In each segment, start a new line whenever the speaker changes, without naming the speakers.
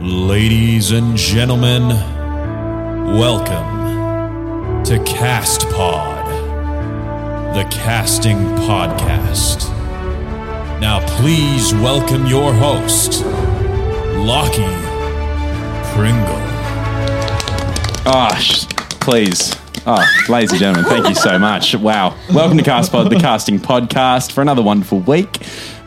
Ladies and gentlemen, welcome to Cast Pod, the casting podcast. Now, please welcome your host, Lockie Pringle.
Ah, sh please. Ah, ladies and gentlemen, thank you so much. Wow. Welcome to CastPod, the casting podcast, for another wonderful week.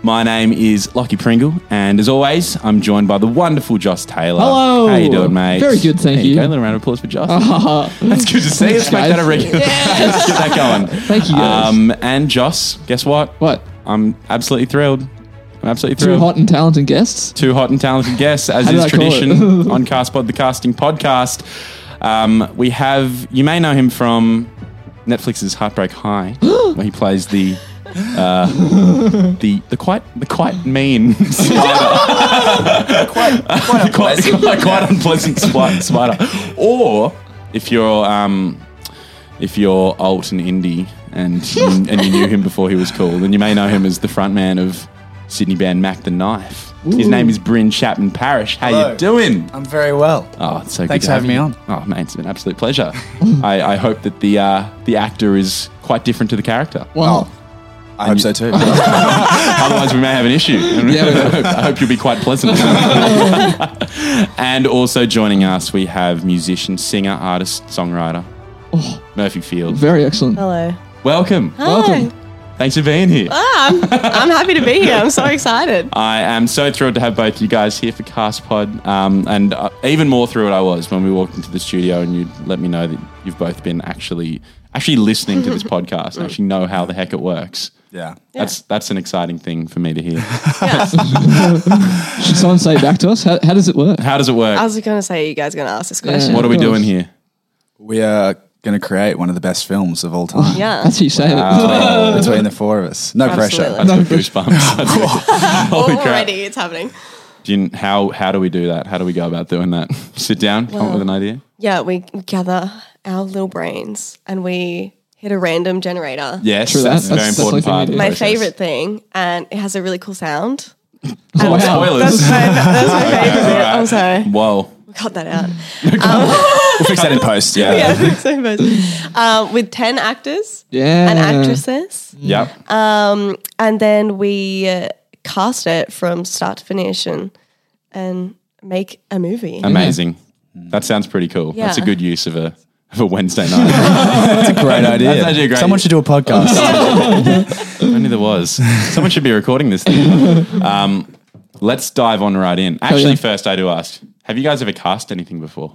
My name is Lockie Pringle, and as always, I'm joined by the wonderful Joss Taylor.
Hello.
How you doing, mate?
Very good, thank
there
you.
go. A little round of applause for Joss. That's good to see. Let's make
guys.
that a regular. Let's get that going.
Thank you, guys.
Um, and Joss, guess what?
What?
I'm absolutely thrilled. I'm absolutely
Two
thrilled.
hot and talented guests.
two hot and talented guests, as
How do
is
I call it?
tradition on Castpod, the casting podcast. Um, we have, you may know him from Netflix's Heartbreak High, where he plays the. Uh, the the quite the quite mean spider, quite quite, quite, quite unpleasant spi- spider. Or if you're um, if you're alt and indie and and you knew him before he was cool, then you may know him as the frontman of Sydney band Mac the Knife. His name is Bryn Chapman Parish. How
Hello.
you doing?
I'm very well.
Oh, it's so good
Thanks
to
for
have
having me
you.
on.
Oh, mate, it's been an absolute pleasure. I, I hope that the uh, the actor is quite different to the character.
Wow.
I hope so too.
Otherwise, we may have an issue. I hope you'll be quite pleasant. and also joining us, we have musician, singer, artist, songwriter
Oh.
Murphy Field.
Very excellent.
Hello.
Welcome.
Welcome.
Thanks for being here.
I'm happy to be here. I'm so excited.
I am so thrilled to have both you guys here for CastPod, um, and uh, even more thrilled I was when we walked into the studio and you let me know that you've both been actually actually listening to this podcast and actually know how the heck it works.
yeah.
That's that's an exciting thing for me to hear.
Should someone say it back to us? How, how does it work?
How does it work?
I was going to say, you guys are going to ask this question.
what are we
Uh, Of course.
doing here?
We are going to create one of the best films of all time.
Yeah.
That's how you say
Between the four of us. No pressure.
Absolutely.
That's got goosebumps. Holy crap!
Already, it's happening.
Do you, how how do we do that? How do we go about doing that? Sit down, come up with an idea.
Yeah, we gather our little brains and we hit a random generator.
Yes,
True that.
that's, a very
That's- that's
important
like
part. of the
My
process.
favorite thing, and it has a really cool sound.
it. Oh, Wow.
Spoilers.
That's my, that's my favorite bit.
Alright.
I'm sorry.
Whoa.
We cut that out.
We'll fix that in post. Yeah.
Yeah, thanks so much. Um, with 10 actors
Yeah.
and actresses.
Yep.
Um, and then we uh, cast it from start to finish and and make a movie.
Amazing. That sounds pretty cool. That's a
Yeah.
good use of a of a Wednesday night.
That's a great idea.
That's actually a great
Someone
idea.
should do a podcast.
If Only there was. Someone should be recording this thing. Um, let's dive on right in. Actually,
yeah.
first I do ask: Have you guys ever cast anything before?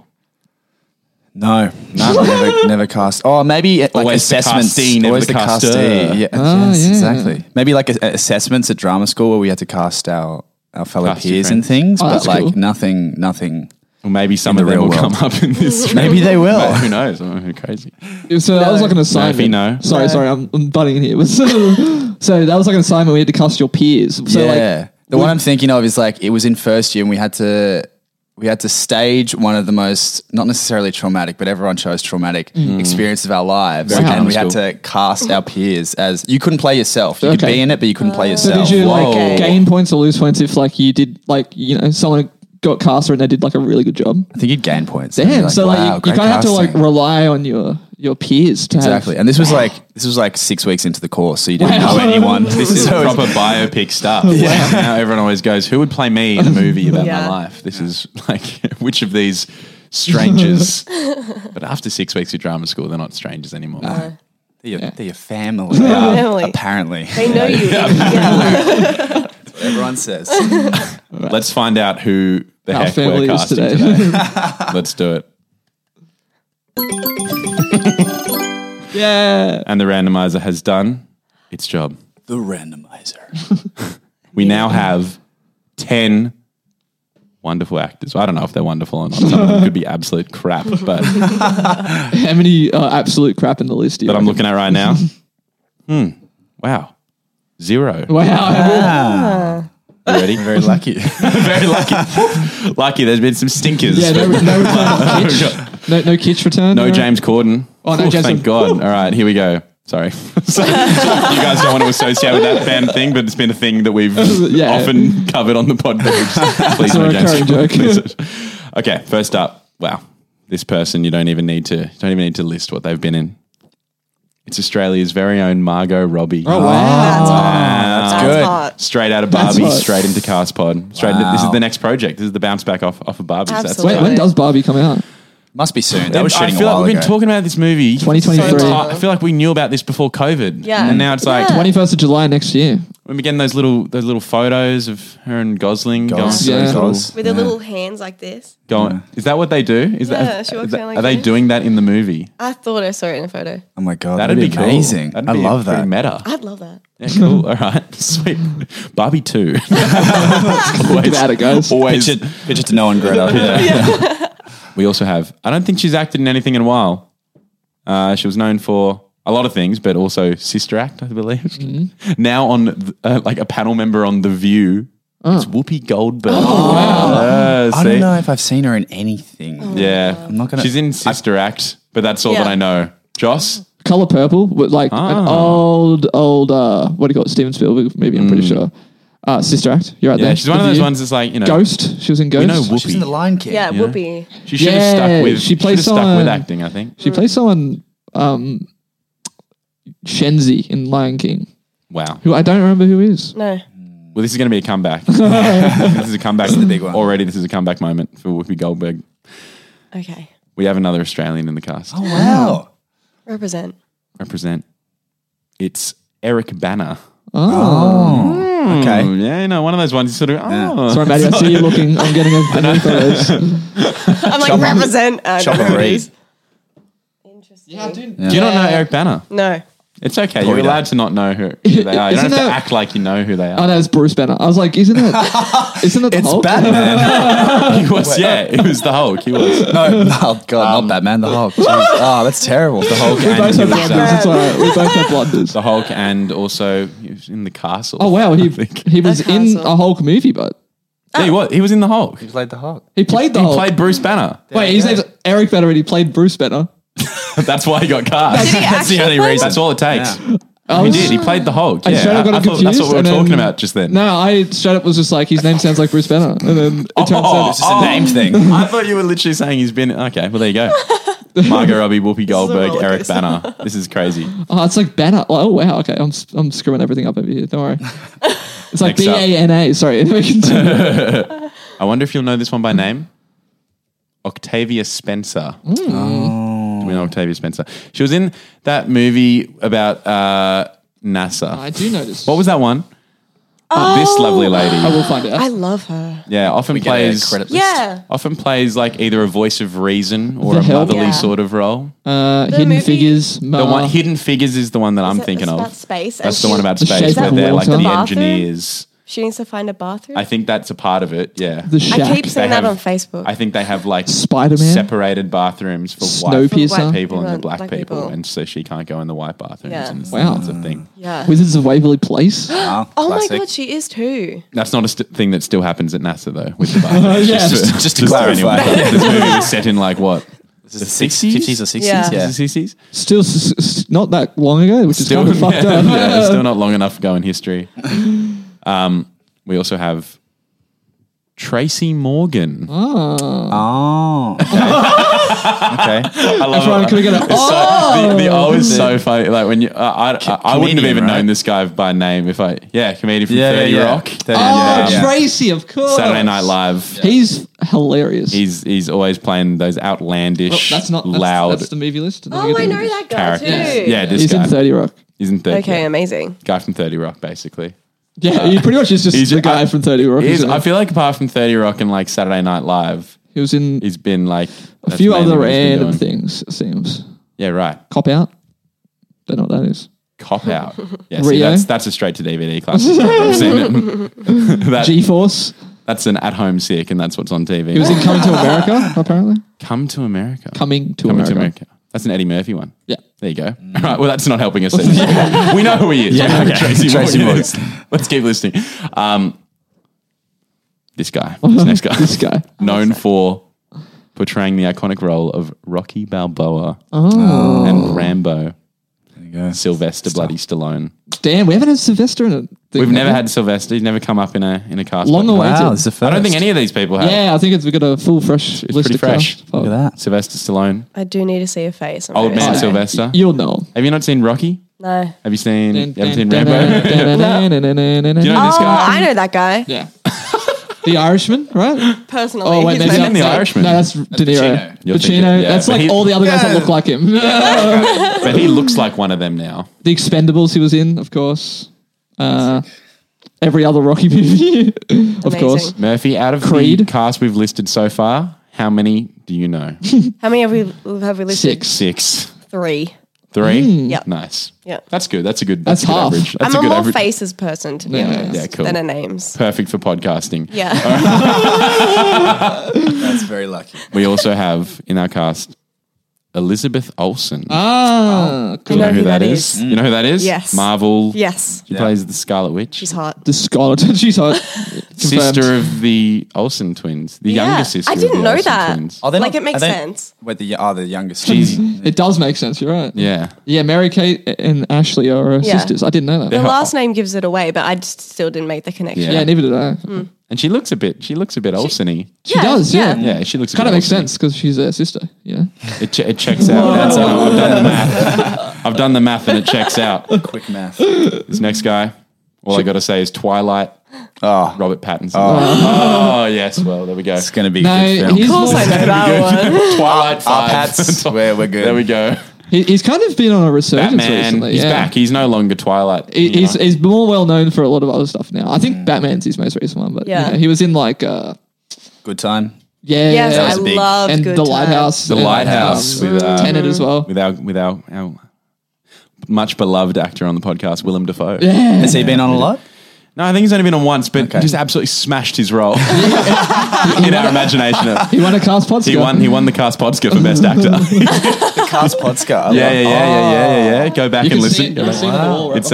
no, no, never, never cast. Oh, maybe at, like
Always the
assessments.
castee, never the caster.
Yeah,
Ah,
yes,
yeah.
exactly. Maybe like a, a- assessments at drama school where we had to cast our, our fellow
Cast your
peers and
friends.
things,
Oh,
but
that's
like
cool.
nothing, nothing.
Or maybe some
the
of them will
real world.
come up in this.
Maybe they will.
Who knows? I'm crazy.
So that was like an
Murphy,
assignment.
no.
Sorry, sorry, I'm, I'm butting in here. But so, so that was like an assignment. We had to cast your peers. So
yeah.
like,
the one I'm thinking of is like it was in first year and we had to we had to stage one of the most not necessarily traumatic, but everyone chose traumatic
Mm.
experience of our lives.
Very
And we
common
had
school.
to cast our peers as you couldn't play yourself. You could
Okay.
be in it, but you couldn't play
so
yourself.
did you like
Whoa.
gain points or lose points if like you did like you know someone got cast and they did like a really good job?
I think you'd gain points. You'd be
Damn. so
"Wow,
like you,
great
you kind of have to like
casting."
rely on your your peers to
Exactly,
have
and this was like this was like six weeks into the course, so you didn't
Wow.
know anyone.
Oh, This is
So it's-
proper biopic stuff. Now everyone always goes, "Who would play me in a movie about my
Yeah.
life?" This is like, which of these strangers? but after six weeks of drama school, they're not strangers anymore.
Ah.
they're, your, they're your family.
Family.
apparently.
They know you. Yeah.
Everyone says.
Let's find out who the
our
heck we're
family is
casting
today.
today. Let's do it.
yeah.
And the randomizer has done its job.
the randomizer.
We now have 10 wonderful actors. I don't know if they're wonderful or not. Some of them could be absolute crap, but
How many uh, absolute crap in the list? do you
that I'm
reckon?
looking at right now. Hmm. Wow. Zero.
Wow.
You ready?
Very lucky.
Very lucky. lucky there's been some stinkers.
Yeah, no, no return. no, no Kitch return.
No
right?
James Corden.
Oh, no James
thank
Corden.
God. All right, here we go. Sorry. so, you guys don't want to associate with that fan thing, but it's been a thing that we've
Yeah.
often covered on the podcast. Please
It's a
no James.
recurring joke.
Please. okay, first up. Wow. This person you don't even need to don't even need to list what they've been in. It's Australia's very own Margot Robbie.
Oh, wow.
Ah,
That's hot. That's,
good.
hot.
Straight out of
That's
Barbie,
hot.
straight into Cast Pod. Straight into, this is
Wow.
the next project. This is the bounce back off, off of Barbie.
Absolutely.
When, when does Barbie come out?
Must be soon. That was
I
shooting
feel
a while
like we've
ago.
been talking about this movie.
2023.
for a ti- I feel like we knew about this before COVID.
Yeah.
And now it's like
Yeah.
21st of July next year.
when we getting those little those little photos of her and Gosling
Goals,
going.
Yeah.
yeah. goals.
With her little hands like this.
going Is that what they do? Is
Yeah,
that,
she walks
is that-
around like
are they
this.
doing that in the movie?
I thought I saw it in a photo.
Oh my god,
That'd, be, cool.
amazing.
That'd
I
be
love
pretty
that.
Meta.
I'd love that.
Yeah, cool. All right. Sweet. Barbie two. always,
Give it at it, guys.
Always.
Pitch it, pitch it to no one, Greta.
We also have. I don't think she's acted in anything in a while. Uh, she was known for a lot of things, but also Sister Act, I believe. Now on th- uh, like a panel member on The View, it's Whoopi Goldberg. Oh, wow.
I don't know if I've seen her in
Oh.
anything.
Yeah, I'm
not gonna-
She's in Sister Act, but that's all
Yeah.
that I know. Joss,
Color Purple, with like an
Ah.
old, old, uh, what do you call it? Steven Spielberg movie, I'm pretty sure. Uh, Sister Act, you're right
Mm. yeah,
there.
she's one
The
of those
View.
ones that's like you know,
Ghost, she was in Ghost.
You know,
She was in The
Whoopi.
Lion King.
Yeah, Whoopi.
She should have
Yeah,
stuck with.
she
She
plays
plays stuck with
someone-
acting. I think.
She plays someone, um, Shenzi in Lion King,
Wow.
who I don't remember who is.
No.
Well, this is going to be a comeback. this is a comeback. This is the
big one.
Already, this is a comeback moment for Whoopi Goldberg.
Okay.
We have another Australian in the cast.
Oh wow.
Represent.
Represent. It's Eric Banner.
Okay.
Oh, yeah, you know, one of those ones. you Sort of. Oh,
Hmm. Sorry, Maddie, I see you looking. I'm getting a I know.
I'm like, represent. Uh,
Chopper
whoever it
Reed.
is. Interesting.
Do you not know
Yeah.
Eric Banner?
No.
It's okay. You're
Pointer.
allowed to not know who who they are. You don't have
Isn't
to
that-
act like you know who they are.
Oh, no, it's Bruce Banner. I was like, isn't it? Isn't it the
It's
Hulk?
Batman.
He was, yeah, it was the Hulk. He was.
no, oh god, not Batman. The Hulk. Jeez. Oh, that's terrible. The Hulk.
We both
And he was, uh,
have blunders. It's all right. We both have blunders.
the Hulk, and also he was in the castle.
Oh wow, he
I think.
he was
Okay,
in
so-
a Hulk movie, but
Yeah, he was. He was in the Hulk. He
He played the Hulk.
he played the Hulk.
played Bruce Banner.
Wait, his name's Eric Banner, and he played Bruce Banner.
That's why he got cast.
Did he
That's the
actually
only
play?
reason.
That's all it takes.
I
He
was-
did. He played the Hulk.
Oh. I
Yeah,
straight up got
I,
him
thought that's
confused,
what we were
and then-
talking about just then.
No, no, I straight up was just like his name sounds like Bruce Banner, and then it turns
Oh,
out
It's a name thing.
I thought you were literally saying he's been. Okay, well there you go. Margot Robbie, Whoopi Goldberg,
roller
Eric
coaster.
Banner. This is crazy.
oh, it's like Banner. Oh wow, okay, I'm s- I'm screwing everything up over here. Don't worry. It's like
Next
B
up.
A N A. Sorry, we continue.
I wonder if you'll know this one by name. Octavia Spencer.
Mm.
Do we know Octavia Spencer? She was in that movie about uh, NASA.
I do notice.
What was that one?
Oh.
This lovely
I
lady.
will find out.
I love her.
Yeah, often
Get a
plays
credit list.
Yeah.
often plays like either a voice of reason or
The
a
Help?
motherly
Yeah.
sort of role.
uh, Hidden
movie-
Figures.
the
Ma-
one Hidden Figures is the one that I'm
Is it-
thinking
it's
of.
About space. and
That's the
she-
one about
The
space
Shape
where
of
they're like
Water.
the
Bathroom?
engineers.
She needs to find a bathroom.
I
I,
think that's a part of it. Yeah.
the Shack.
keep seeing
They
that on
have-
Facebook.
I think they have like
Spider-Man?
separated bathrooms for white
Snowpiercer.
For white
people and the
people
black, people, and so she can't go in the white bathrooms.
Yeah.
And it's,
Wow.
that's a thing.
yeah.
Wizards of Waverly Place.
Oh,
oh my
classic.
god, she is too.
That's not a st- thing that still happens at NASA though. With the bathrooms.
yeah.
just,
Just to clarify.
this movie was set in like what?
This is
The 60s?
50s or 60s?
Yeah.
yeah.
Is it 60s?
Still, s- s- not that long ago, which
still,
is kind of fucked
yeah,
up.
yeah, it's still not long enough to go in history. Um, we also have Tracy Morgan.
Oh. Okay. okay.
I love
Everyone,
it.
can we get a oh,
the, the O is so funny. Like when you, uh, I, I, I wouldn't have
comedian,
even
right?
known this guy by name if I, yeah, comedian from
Yeah, yeah,
Thirty
yeah.
Rock, um,
30, yeah, yeah.
"Oh, Tracy, of course.
Saturday Night Live.
He's hilarious.
He's he's always playing those
Well,
outlandish,
that's not that's,
loud
That's the movie list.
Oh, I know that guy
characters.
too.
Yeah, this
He's
guy.
in Thirty Rock.
he's in Thirty.
Okay,
yeah.
amazing.
guy from Thirty Rock, basically.
Yeah, he pretty much is just
he's-
the guy
I-
from Thirty Rock.
He's,
isn't he?
I feel like apart from Thirty Rock and like Saturday Night Live,
he was in
he's been like
a few other random things. It seems
Yeah, right.
Cop Out. Don't know what that is.
Cop out. Yeah, see,
Rio?
that's that's a straight to DVD classic. I've seen it. That-
G Force.
that's an at home sick, and that's what's on TV.
He was in Coming to America. Apparently,
Come to America.
Coming to
Coming
America.
to America. That's an Eddie Murphy one.
Yeah. Mm.
There you go. All right. Well, that's not helping us. then. we know who he is. We know who Tracy,
Tracy
Morgan
Morgan.
is. Let's keep listening. Um, this guy. This next guy.
This guy.
Known for
Oh.
portraying the iconic role of Rocky Balboa and Rambo.
go.
Sylvester bloody Stallone.
Damn, we haven't had Sylvester in a thing.
We've
have
never
we?
had Sylvester. He's never come up in a in a cast.
Long
podcast.
awaited.
Wow, it's the first.
I don't think any of these people have.
Yeah, I think it's, we've got a full fresh
It's
list
pretty
of
fresh.
cast.
Look at that.
Sylvester Stallone.
I do need to see a face. I'm
Old
very
man
sorry.
Sylvester.
You'll know.
Have you not seen Rocky?
No.
Have you seen?
him.
have you seen Rambo?
Do
you know this
Oh,
guy?
I know that guy
Yeah. The Irishman, right?
personally.
Oh, wait,
He's
maybe
my
He's in
Yeah.
The
next
Irishman,
one.
No, that's De Niro.
Pacino.
You're
Pacino.
thinking- yeah,
that's
but
like
he-
all the other guys that look like him. the
but he looks like one of them now.
Expendables he was in, of course. Uh, every other Rocky movie, of course.
Murphy, out of the
Creed.
cast we've listed so far, how many do you know?
How many have we have we listed?
Six. Mm.
Six,
Three.
three.
Yep.
Nice.
Yeah.
That's good. That's a good.
That's
That's, a good
half.
average. That's
I'm a,
a good
more
average.
faces person to be
Yeah, yeah,
honest
yeah, cool.
than a names.
Perfect for podcasting.
Yeah.
That's very lucky.
We also have in our cast Elizabeth Olsen.
Ah,
Do you
I
know who that is? You know who that is?
Yes.
Marvel.
yes.
She plays the Scarlet Witch.
She's hot.
the skeleton. She's hot.
sister of the Olsen twins, the
Yeah.
younger sister.
I
of
didn't
the
know
Olsen
that.
Twins.
they
Like,
not-
it makes
are they-
sense.
Wait, the are the youngest.
She's-
It does make sense. You're right.
Yeah.
Yeah, Mary Kate and Ashley are uh,
Yeah.
sisters. I didn't know that.
The
Yeah,
hot.
last name gives it away, but I just still didn't make the connection.
Yeah.
neither did I.
And she looks a bit. She looks a bit Olsen-y.
She does. Mm. Yeah.
yeah.
Yeah, she looks. a
Kind
bit
of makes
Olsen-y.
sense because she's their sister. Yeah.
It, che- it checks out. That's how- I've done the math. I've done the math and it checks out.
quick math.
This next guy. All I got to say is Twilight.
Oh,
Robert Pattinson. Oh. yes. Well, there we go.
it's gonna be.
No,
a good film.
he's,
Of course I know that one.
Twilight
Our
Five.
pats. we're, we're good.
There we go.
he- he's kind of been on a resurgence
Batman.
recently.
He's
yeah.
back. He's no longer Twilight.
He-
you
He's,
know.
he's more well known for a lot of other stuff now. I think Batman's his most recent one, but yeah,
Yeah.
he was in like uh,
Good time.
yeah,
Yes,
That
I
was big.
love
and
good
the
Time.
Lighthouse,
The Lighthouse with, uh,
Tenet as well.
with our with our, our much beloved actor on the podcast, Willem Dafoe.
Yeah,
Has he been on a lot?
No, I think he's only been on once, but
Okay.
just absolutely smashed his role in our imagination.
he won a cast pod.
He won. He won the Cast Podsker for Best Actor.
The Cast Podska.
yeah, yeah, yeah, yeah, yeah, yeah, yeah. Go back
Oh. You
and
can see
listen.
it.
Go
You can
back.
see it on the wall. right
It's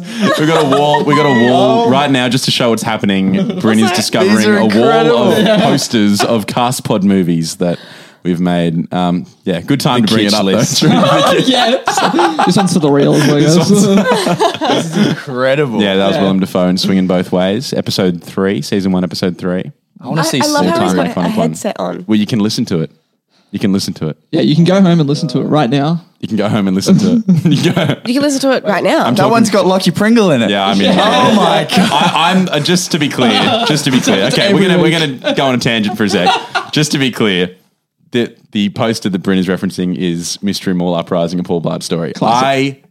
uh, he's- we got a wall. We got a wall right now just to show what's happening. Brynn is discovering
Oh. These are
a wall of
incredible.
posters of Cast Pod movies that we've made. Um, yeah, good time to bring it
kids
up.
list.
Though.
behind- yeah, this one's for the real. as well, I guess.
Incredible.
yeah, that was
Yeah.
Willem Dafoe and Swinging Both Ways, episode three, season one, episode three.
I want
I,
to see
I love how he's
Sultan
got a, a
Iconic one.
headset on.
Well, you can listen to it. You can listen to it.
yeah, you can go home and listen to it right now.
You can go home and listen to it. You go-
You can listen to it right now.
That one's got Lucky Pringle in it.
Yeah, I mean,
Oh my god.
I, I'm uh, just to be clear, just to be clear. Okay, we're gonna we're gonna go on a tangent for a sec. Just to be clear, the the poster that Bryn is referencing is Mystery Mall Uprising, a Paul Blart story. I.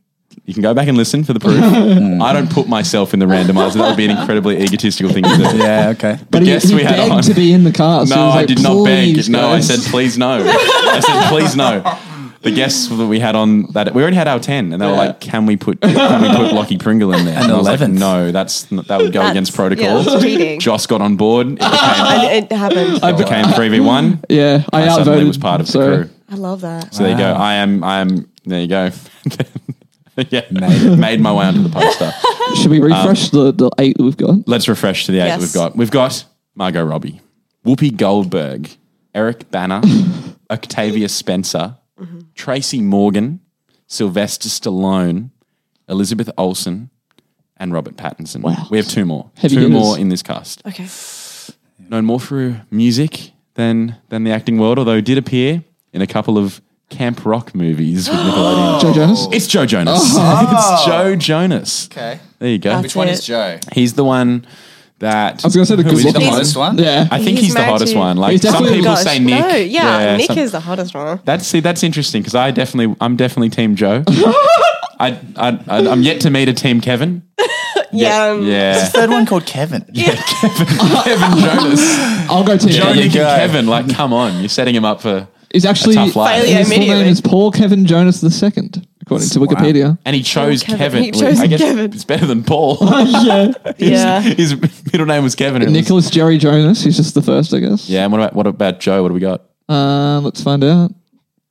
You can go back and listen for the proof. I don't put myself in the randomizer. That would be an incredibly egotistical thing to do.
Yeah. Okay.
But he,
guest
he
we had
begged
on.
to be in the cast. He
No,
was
I
like,
did not beg.
"Please,
No, I
guys."
said please no. I said please no. The guests that we had on that we already had our ten, and they were
Yeah.
like, "Can we put can we put Lockie Pringle in there?" And, I was like,
11th.
"No, that's not, that would go
That's-
against
yeah,
protocol."
that's cheating.
Joss got on board. It became,
And it happened. I,
it became three v one.
yeah, I,
I
outvoted.
suddenly was part of the
so-
crew.
love that.
So there you go. I am. I am. There you go. yeah, made, made my way onto the poster.
Should
Um,
we refresh the, the eight that we've got?
Let's refresh to the eight that
Yes.
we've got. We've got Margot Robbie, Whoopi Goldberg, Eric Banner, Octavia Spencer, Tracy Morgan, Sylvester Stallone, Elizabeth Olsen, and Robert Pattinson.
Wow.
We have two more.
Heavy
two
hitters.
more in this cast.
Okay.
Known more for music than than the acting world, although did appear in a couple of camp rock movies with Nickelodeon.
Joe Jonas.
It's Joe Jonas.
Oh.
it's Joe Jonas.
Okay.
There you go.
That's Which one is it.
Joe?
He's the one that
I was gonna say the
Who
good
is
looking
the
one.
hottest one?
Yeah,
I think
He's
he's, the
married
hottest
to-
one. Like
He's
some
definitely-
people
Gosh,
say Nick.
No, yeah, Nick
some-
is the hottest one.
That's see, that's interesting because I definitely, I'm definitely Team Joe. I, I, I, I'm yet to meet a Team Kevin.
Yeah. um,
Yeah,
Third one called Kevin.
Kevin Jonas,
I'll go to
Joe,
you
Nick, and
go.
Kevin. Like, come on, you're setting him up for.
He's actually
tough life.
Failure
his full name
immediately.
is Paul Kevin Jonas II, according to Wikipedia.
And he chose
Kevin.
Kevin.
He chose
I guess
Kevin.
It's better than Paul.
yeah,
Yeah.
his, his middle name was Kevin. and it was-
Nicholas Jerry Jonas. He's just the first, I guess.
yeah. And what about what about Joe? What do we got?
Uh, let's find out.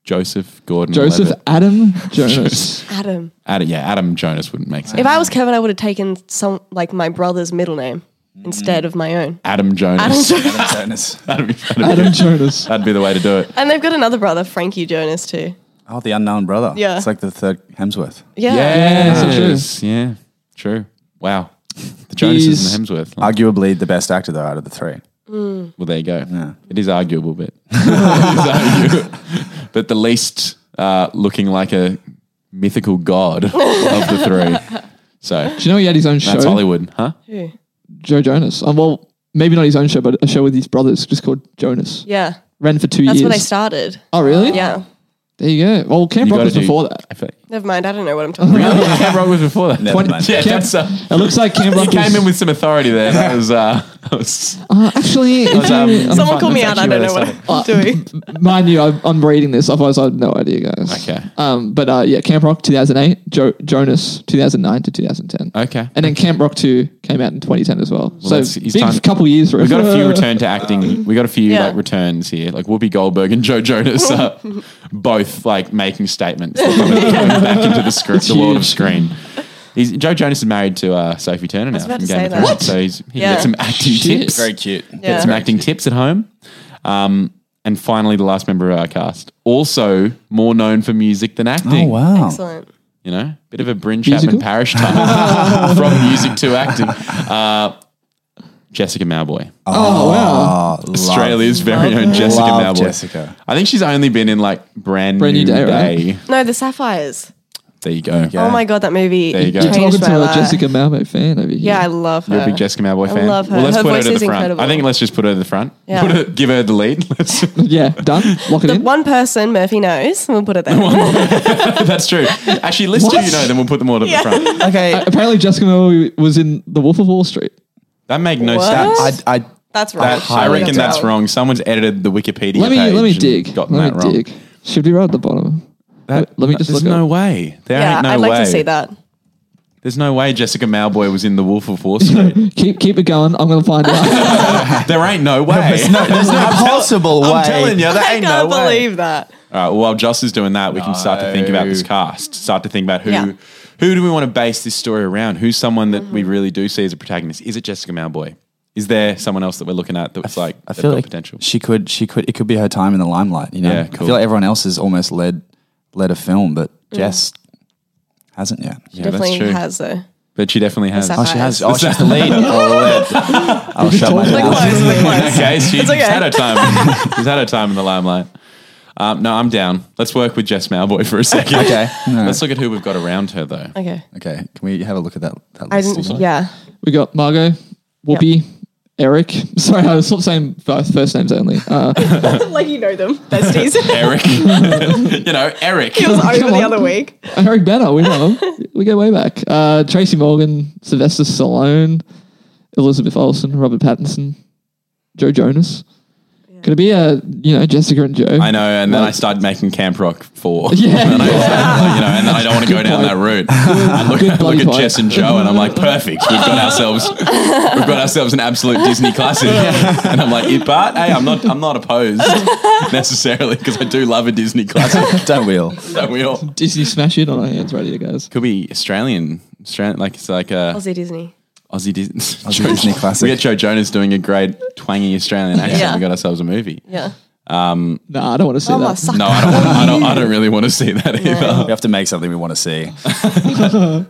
Joseph Gordon.
Joseph
Levitt.
Adam Jonas.
Adam.
Adam, yeah, Adam Jonas wouldn't make sense.
If I was Kevin, I would have taken some like my brother's middle name instead of my own.
Adam Jonas.
Adam Jonas.
Jonas.
That'd be- that'd be-
Adam Jonas.
that'd be the way to do it.
And they've got another brother, Frankie Jonas, too.
Oh, the unknown brother.
Yeah.
It's like the third Hemsworth.
Yeah.
Yes. Yeah. True. Wow. The Jonases
He's-
and the Hemsworth.
Arguably the best actor though out of the three.
Well, there you go. It is arguable, but It is arguable. but the least uh, looking like a mythical god of the three. So
Do you know he had his own show?
that's Hollywood, huh?
Who?
Joe Jonas. Um, well, maybe not his own show, but a show with his brothers, just called Jonas.
Yeah.
Ran for two
That's
years.
where they started.
Oh, really?
Yeah.
There you go. Well, Camp
You
Rock
gotta
was
do-
before that.
I feel like-
Never mind. I don't know what I'm talking about.
Cam Rock was before that.
Never mind.
Yeah,
Cam-
that's, uh,
It looks like Camp
you
Rock was-
came in with some authority there. That was, uh, that was,
Uh, actually, if
was, um,
you-
some-
Someone
fine.
call me
That's
out. I
actually
don't know
what
what
I
I'm doing.
mind you, I'm, I'm reading this, otherwise I had no idea, guys.
Okay.
Um, but uh, yeah, Camp Rock 2008, jo- Jonas 2009 to 2010.
okay.
And then Camp Rock 2 came out in 2010 as well.
that's-
so
he's
big
done-
couple years for
We got a few return to acting. We got a few
Yeah.
like returns here, like Whoopi Goldberg and Joe Jonas, uh, both like making statements that come coming back into the script, the world of
huge.
screen. He's, Joe Jonas is married to uh, Sophie Turner now
was about
from
to
Game
say
of
that.
Thrones, so he's, he
Yeah.
gets some acting
Shit.
tips,
Very cute.
Yeah.
get some acting tips at home. Um, and finally, the last member of our cast, also more known for music than
Oh
acting.
wow.
Excellent.
You know, bit of a Bryn
Musical?
Chapman Parish type from music to acting. Uh, Jessica Mowboy.
Oh, wow.
Oh, love-
Australia's very own Jessica
Love
Mowboy.
Jessica.
I think she's only been in like brand,
Brand
new
New
day.
Day, right?
No, the sapphires.
There you go.
Yeah.
Oh my god, that movie
There you go.
You're
changed
talking
my
to a
life.
Jessica Malmo fan over here.
uh, Yeah, I love her.
You're a big Jessica Mowboy fan.
love her.
Well, let's
Her
put her
voice
to the
is
front. I
incredible.
think let's just put her to the front.
Yeah.
Put her, give her the lead. Let's-
Yeah, done. Lock it
The
in.
one person Murphy knows. We'll put it there.
That's true. Actually, list two, you know, then we'll put them all to the front.
Okay.
Apparently, Jessica Malmo was in The Wolf of Wall Street.
That make no
What?
sense.
I, I
That's right.
That, I reckon that's wrong. Someone's edited the Wikipedia
Let me
page
let me
and
dig.
Gotten
Let
that
me
wrong.
dig. Should be right at the bottom.
That-
Let me just
There's
look
no way. There
Yeah,
ain't no
I'd like
way.
to see that.
There's no way Jessica Malboy was in The Wolf of Wall Street.
Keep keep it going. I'm gonna find out.
there ain't no way.
there's no, there's no possible way.
I'm telling you, there
I
ain't no
can't
way.
believe that.
All right. Uh, Well, while Joss is doing that, we can start to think about this
No.
cast. Start to think about who
Yeah.
who do we want to base this story around? Who's someone that we really do see as a protagonist? Is it Jessica Malboy? Is there someone else that we're looking at that's like
I
they've
feel
got
like
potential?
she could she could it could be her time in the limelight. You know,
Yeah,
I
cool.
feel like everyone else has almost led led a film, but
Mm.
Jess hasn't yet.
Yeah,
Definitely has though.
But she definitely has.
sapphire.
Oh, she has. Oh, she's the lead. Oh, the lead. I'll shut my
Like
mouth.
close, like close.
okay, she,
It's
she's
okay.
had her time. she's had her time in the limelight. Um, no, I'm down. Let's work with Jess Malboy for a second.
Okay. No.
Let's look at who we've got around her though.
Okay.
Okay. Can we have a look at that? that
I
list
didn't.
again?
Yeah.
we got Margot, Whoopi, Eric. Sorry, I stopped saying first, first names only. Uh,
like you know them, besties. it
Eric. you know, Eric.
was
Come
over the
on.
other week.
Eric Banner. We know him. We go way back. Uh, Tracy Morgan, Sylvester Stallone, Elizabeth Olsen, Robert Pattinson, Joe Jonas. Could it be a you know Jessica and Joe?
I know, and then I
Like-
started making Camp Rock four.
Yeah.
and I, you know, and then I don't want to go down that route. I look, I
bloody
look at
point.
Jess and Joe, and I'm like, perfect. We've got ourselves, we've got ourselves an absolute Disney classic. And I'm like, "Yeah, but hey, I'm not, I'm not opposed necessarily because I do love a Disney classic.
Don't we all?
Don't we all?
Disney smash it on our hands right here, guys.
Could be Australian, Australian, like it's like a
Aussie Disney.
Aussie, Dis-
Disney classic.
We got Joe Jonas doing a great twangy Australian accent.
Yeah.
We got ourselves a movie.
Yeah.
Nah, I don't want to see
Oh, my
that.
suck.
No, I don't, want, I don't. I don't really want to see that either.
We have to make something we want to see.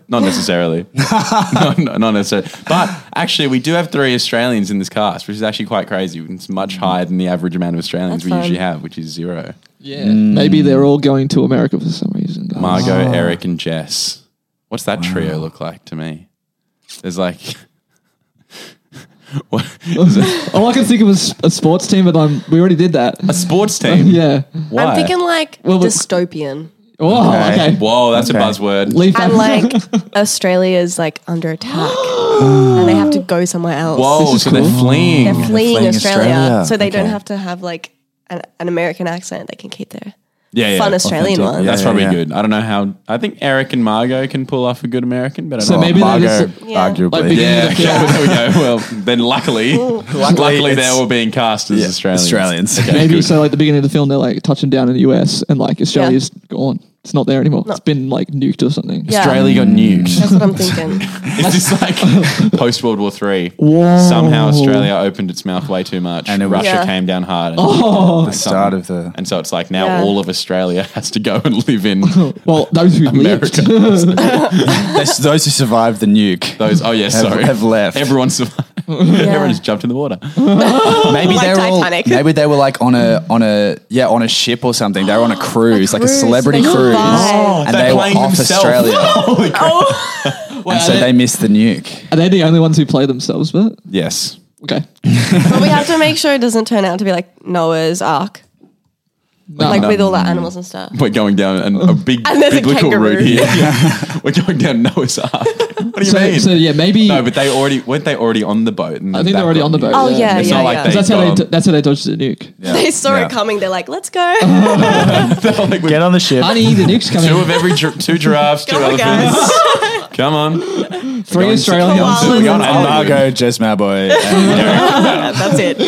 Not necessarily. no, no, not necessarily. But actually, we do have three Australians in this cast, which is actually quite crazy. It's much higher than the average amount of Australians
That's
we
fun.
usually have, which is zero.
Yeah,
Mm.
maybe they're all going to America for some reason. guys.
Margot,
Oh.
Eric, and Jess. What's that trio look like to me? There's like. what, is it
All I can think of is a sports team, but I'm, we already did that.
a sports team?
Yeah.
Why?
I'm thinking like
Well, but-
dystopian
Oh, okay.
Whoa, that's a
Okay.
buzzword.
Leave that.
and like Australia's like under attack and they have to go somewhere else.
Whoa,
is
so
cool.
they're fleeing.
They're fleeing,
fleeing
Australia,
Australia.
so they don't
Okay.
have to have like an, an American accent. They can keep their
yeah, yeah.
fun Australian
authentic.
one.
That's
Yeah,
probably
yeah, yeah.
good. I don't know how. I think Eric and Margot can pull off a good American, but I don't
So
know.
maybe they're
Margot,
just-
Yeah.
arguably.
Like beginning
Yeah,
of
okay,
the film.
there we go. Well, then luckily, luckily, they're
it's-
all being cast as
Yeah,
Australians.
Australians.
Okay,
Maybe
good.
so. Like the beginning of the film, they're like touching down in the US, and like Australia's gone. It's not there anymore.
No.
It's been like nuked or something.
Yeah.
Australia got nuked.
That's what I'm thinking.
Is this like post World War Three? Somehow Australia opened its mouth way too much.
And it
And
was-
Russia
Yeah.
came down hard. And
the start of the
And so it's like now
Yeah.
all of Australia has to go and live in
Well, those who lived.
America.
That's those who survived the nuke.
Those, oh yeah,
Have-
sorry,
have left.
Everyone's everyone's jumped in the water.
maybe
Like
they were all-
Titanic.
maybe they were like on a on a yeah on a ship or something. They were on a cruise, like a
cruise.
celebrity
They
cruise,
survived.
and
Oh, They're
they were
playing
off
themselves.
Australia,
Holy crap.
and so they missed the nuke.
Are they the only ones who play themselves? But
Yes.
okay,
But we have to make sure it doesn't turn out to be like Noah's Ark,
No.
like with all the animals and stuff.
We're going down an, a big
And there's a
biblical
kangaroo.
route here. We're going down Noah's Ark. What do you
so,
mean?
so yeah, maybe.
no, but they already weren't they already on the boat? And
I think
that
they're already
got
on the
nuked?
boat.
Oh, yeah,
it's
yeah,
not like
yeah.
they.
'Cause That's how,
gone-
they, that's how they dodged the nuke.
They saw
Yeah.
it coming. They're like, "Let's go!" Oh
like we-
Get on the ship.
Honey, the nuke's coming.
two of every gir- two giraffes, two
Come on,
elephants. Come on,
Three Australians.
Koalas.
We on
and
Oahu.
Margot, Jess Maboy, and
That's it.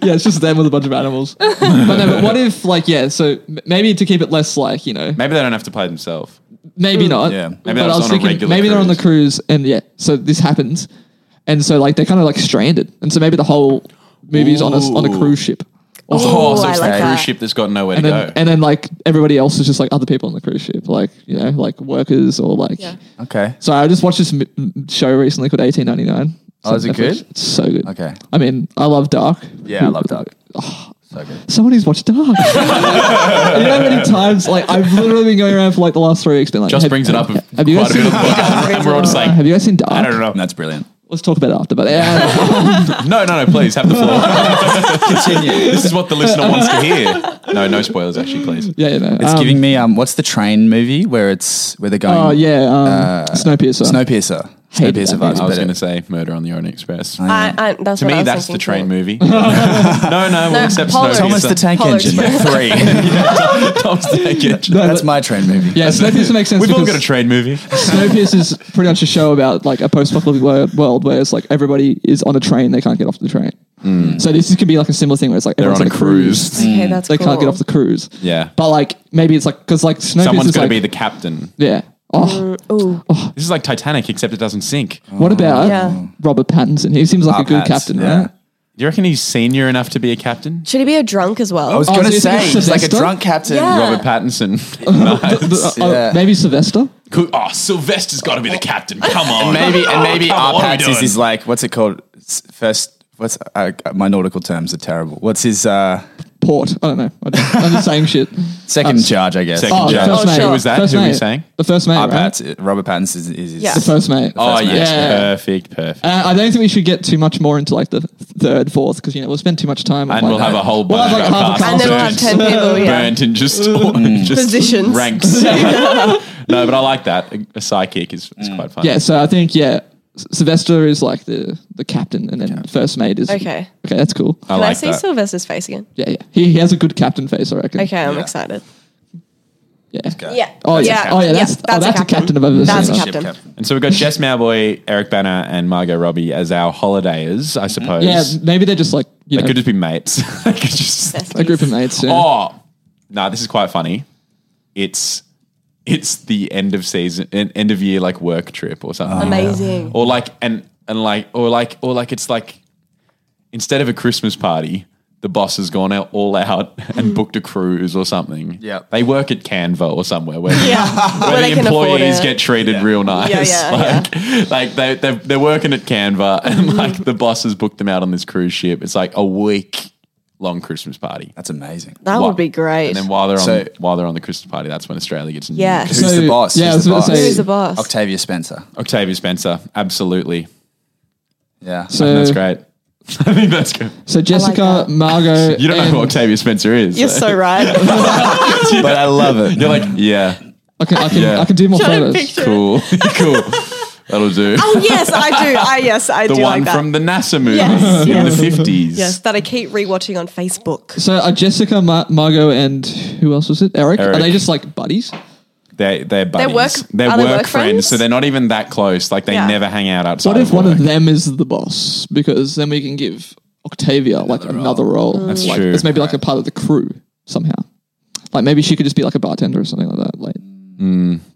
yeah, it's just them with a bunch of animals. but no, but what if like yeah? So m- maybe to keep it less like you know,
Maybe they don't have to play themselves.
maybe not.
Yeah. Maybe
But
Hmm. that
I
was on
was
a
thinking
regular
maybe they're on the cruise and yeah. So this happens, and so like they're kind of like stranded, and so maybe the whole movie is on a on a
Ooh.
cruise ship. Or something.
Oh, so
I
it's
like
a cruise
that.
ship that's got nowhere
and
to
then,
go.
and then like everybody else is just like other people on the cruise ship, like you know, like workers or like.
Yeah.
okay,
So I just watched this m- m- show recently called 1899.
Oh, is it
Netflix.
good?
It's so good.
Okay.
I mean, I love Dark.
yeah, I love Doug. So good.
Someone who's watched Dark. you know how many times like I've literally been going around for like the last three weeks, been like,
Just
have-
brings it up
Have you
quite
guys
a bit
seen?
of the podcast, and we're all just like,
Have you guys seen Dark?
I don't know.
That's brilliant.
Let's talk about it after. But yeah,
No, no, no, please have the floor. Continue. This is what the listener wants to hear. No, no spoilers, actually, please.
yeah, Uh, you know.
It's giving me um, what's the train movie where it's where they're going?
Oh yeah, um,
Uh,
Snowpiercer.
Snowpiercer.
Hated that
Snowpiercer vibes.
movie.
I was
but
going to
it-
say Murder on the Orient Express.
I, I, that's
to
what I
me,
was
that's
thinking
the train
too.
movie. no, no, we'll accept
Polar
Snowpiercer.
Thomas the Tank
Polar
Engine
Express.
three.
Thomas the Tank Engine.
No,
That's
but-
my train movie.
Yeah, Snowpiercer makes sense.
We've all
because-
got a train movie.
Snowpiercer is pretty much a show about like a post-apocalyptic wor- world where it's like everybody is on a train, they can't get off the train. So this is- could be like a similar thing where it's like
Hmm. They're
everyone's
on a cruise.
Okay, that's
they
cool.
can't get off the cruise.
Yeah.
but like maybe it's like because like Snowpiercer
Someone's
like,
going to be the captain.
yeah. Oh,
Ooh,
This is like Titanic, except it doesn't sink. Do
what about
Yeah.
Robert Pattinson? He seems like
Our
a good
Pats,
captain,
yeah.
right?
you reckon he's senior enough to be a captain?
should he be a drunk as well?
I was
Oh,
going
so
to
you think
say
it's
he's like a
Sylvester?
drunk captain.
Yeah.
Robert
Robert
Pattinson.
The- uh,
Yeah.
maybe Sylvester.
Cool. oh, Sylvester's got to be the captain. Come on.
maybe and maybe
Oh, come on,
our
what are we
Pats is
doing?
his like what's it called? S- First, what's uh, my nautical terms are terrible. What's his uh,
Port. I don't know. I don't, I'm just saying shit.
second
Um,
charge? I guess.
second
Oh,
judge.
first
Oh,
mate.
sure.
Who was that?
First
Who were
mate.
you saying?
The first mate,
Our
right?
Pats, Robert Pattinson is, is his
Yeah.
The first mate.
Oh,
First
yes.
match. Yeah.
Perfect, perfect.
Uh, I don't think we should get too much more into like the third, fourth, because you know we'll spend too much time. on,
and we'll
like,
have a whole
We'll
bunch
have, like,
of
half a
cast
and then we'll have
members
ten people. Yeah.
burnt in just, just
Positions.
ranks. no, but I like that. A, a sidekick is, is quite fun.
Yeah, so I think yeah, S- Sylvester is like the the captain, and then first mate is
Okay.
Okay, that's cool.
I
Can I,
like
see
that.
Sylvester's face again?
Yeah, yeah. He, he has a good captain face, I reckon.
Okay, I'm excited.
Yeah.
Yeah.
Oh yeah. Oh yeah. That's oh, that's a captain I've ever
That's a
seen.
captain.
and so we've got Jess Mowboy, Eric Banner, and Margot Robbie as our holidayers, I suppose.
Yeah, maybe they're just like you
They
know
could just be mates. they could just.
Besties.
a group of mates. Yeah.
Oh, no, this is quite funny. It's it's the end of season, en- end of year like work trip or something.
Oh, Amazing.
or like and and like or like or like it's like instead of a Christmas party, the boss has gone out all out and booked a cruise or something.
Yeah.
they work at Canva or somewhere where, the-
Yeah.
where
Where
the
they can afford
employees
it.
get treated real nice.
Yeah, yeah,
like
Mm-hmm.
like they they're, they're working at Canva and like the boss has booked them out on this cruise ship. It's like a week long Christmas party.
That's amazing.
That
Wha-
would be great.
And then while they're on
So-
while they're on the Christmas party, that's when Australia gets nuked.
Yeah.
Who's the boss?
Yeah, I
Who's
was
the
about to
boss?
say.
Who's the boss?
Octavia Spencer.
Octavia Spencer, absolutely.
Yeah.
so
That's great. I think that's good.
so Jessica,
that.
Margot,
You don't know
and,
who Octavia Spencer is.
You're
so-
so right.
but I love it.
You're like, yeah,
okay, I can
Yeah.
I can do more
Trying to
photos.
picture-
cool, cool. That'll do.
oh yes, I do. I yes, I
The
do
one
like that.
from the NASA movie
Yes,
in
yes.
the 50s.
yes, that I keep rewatching on Facebook.
So are Jessica, Mar- Margot, and who else was it? Eric?
Eric.
Are they just like buddies?
They, they're buddies.
work-
they're work,
are they work
friends,
friends?
so they're not even that close. Like, they
Yeah.
never hang out outside
What if
of
one
work.
of them is the boss? Because then we can give Octavia like another role. That's like,
true.
It's maybe like a part of the crew somehow. Like maybe she could just be like a bartender or something like that. Like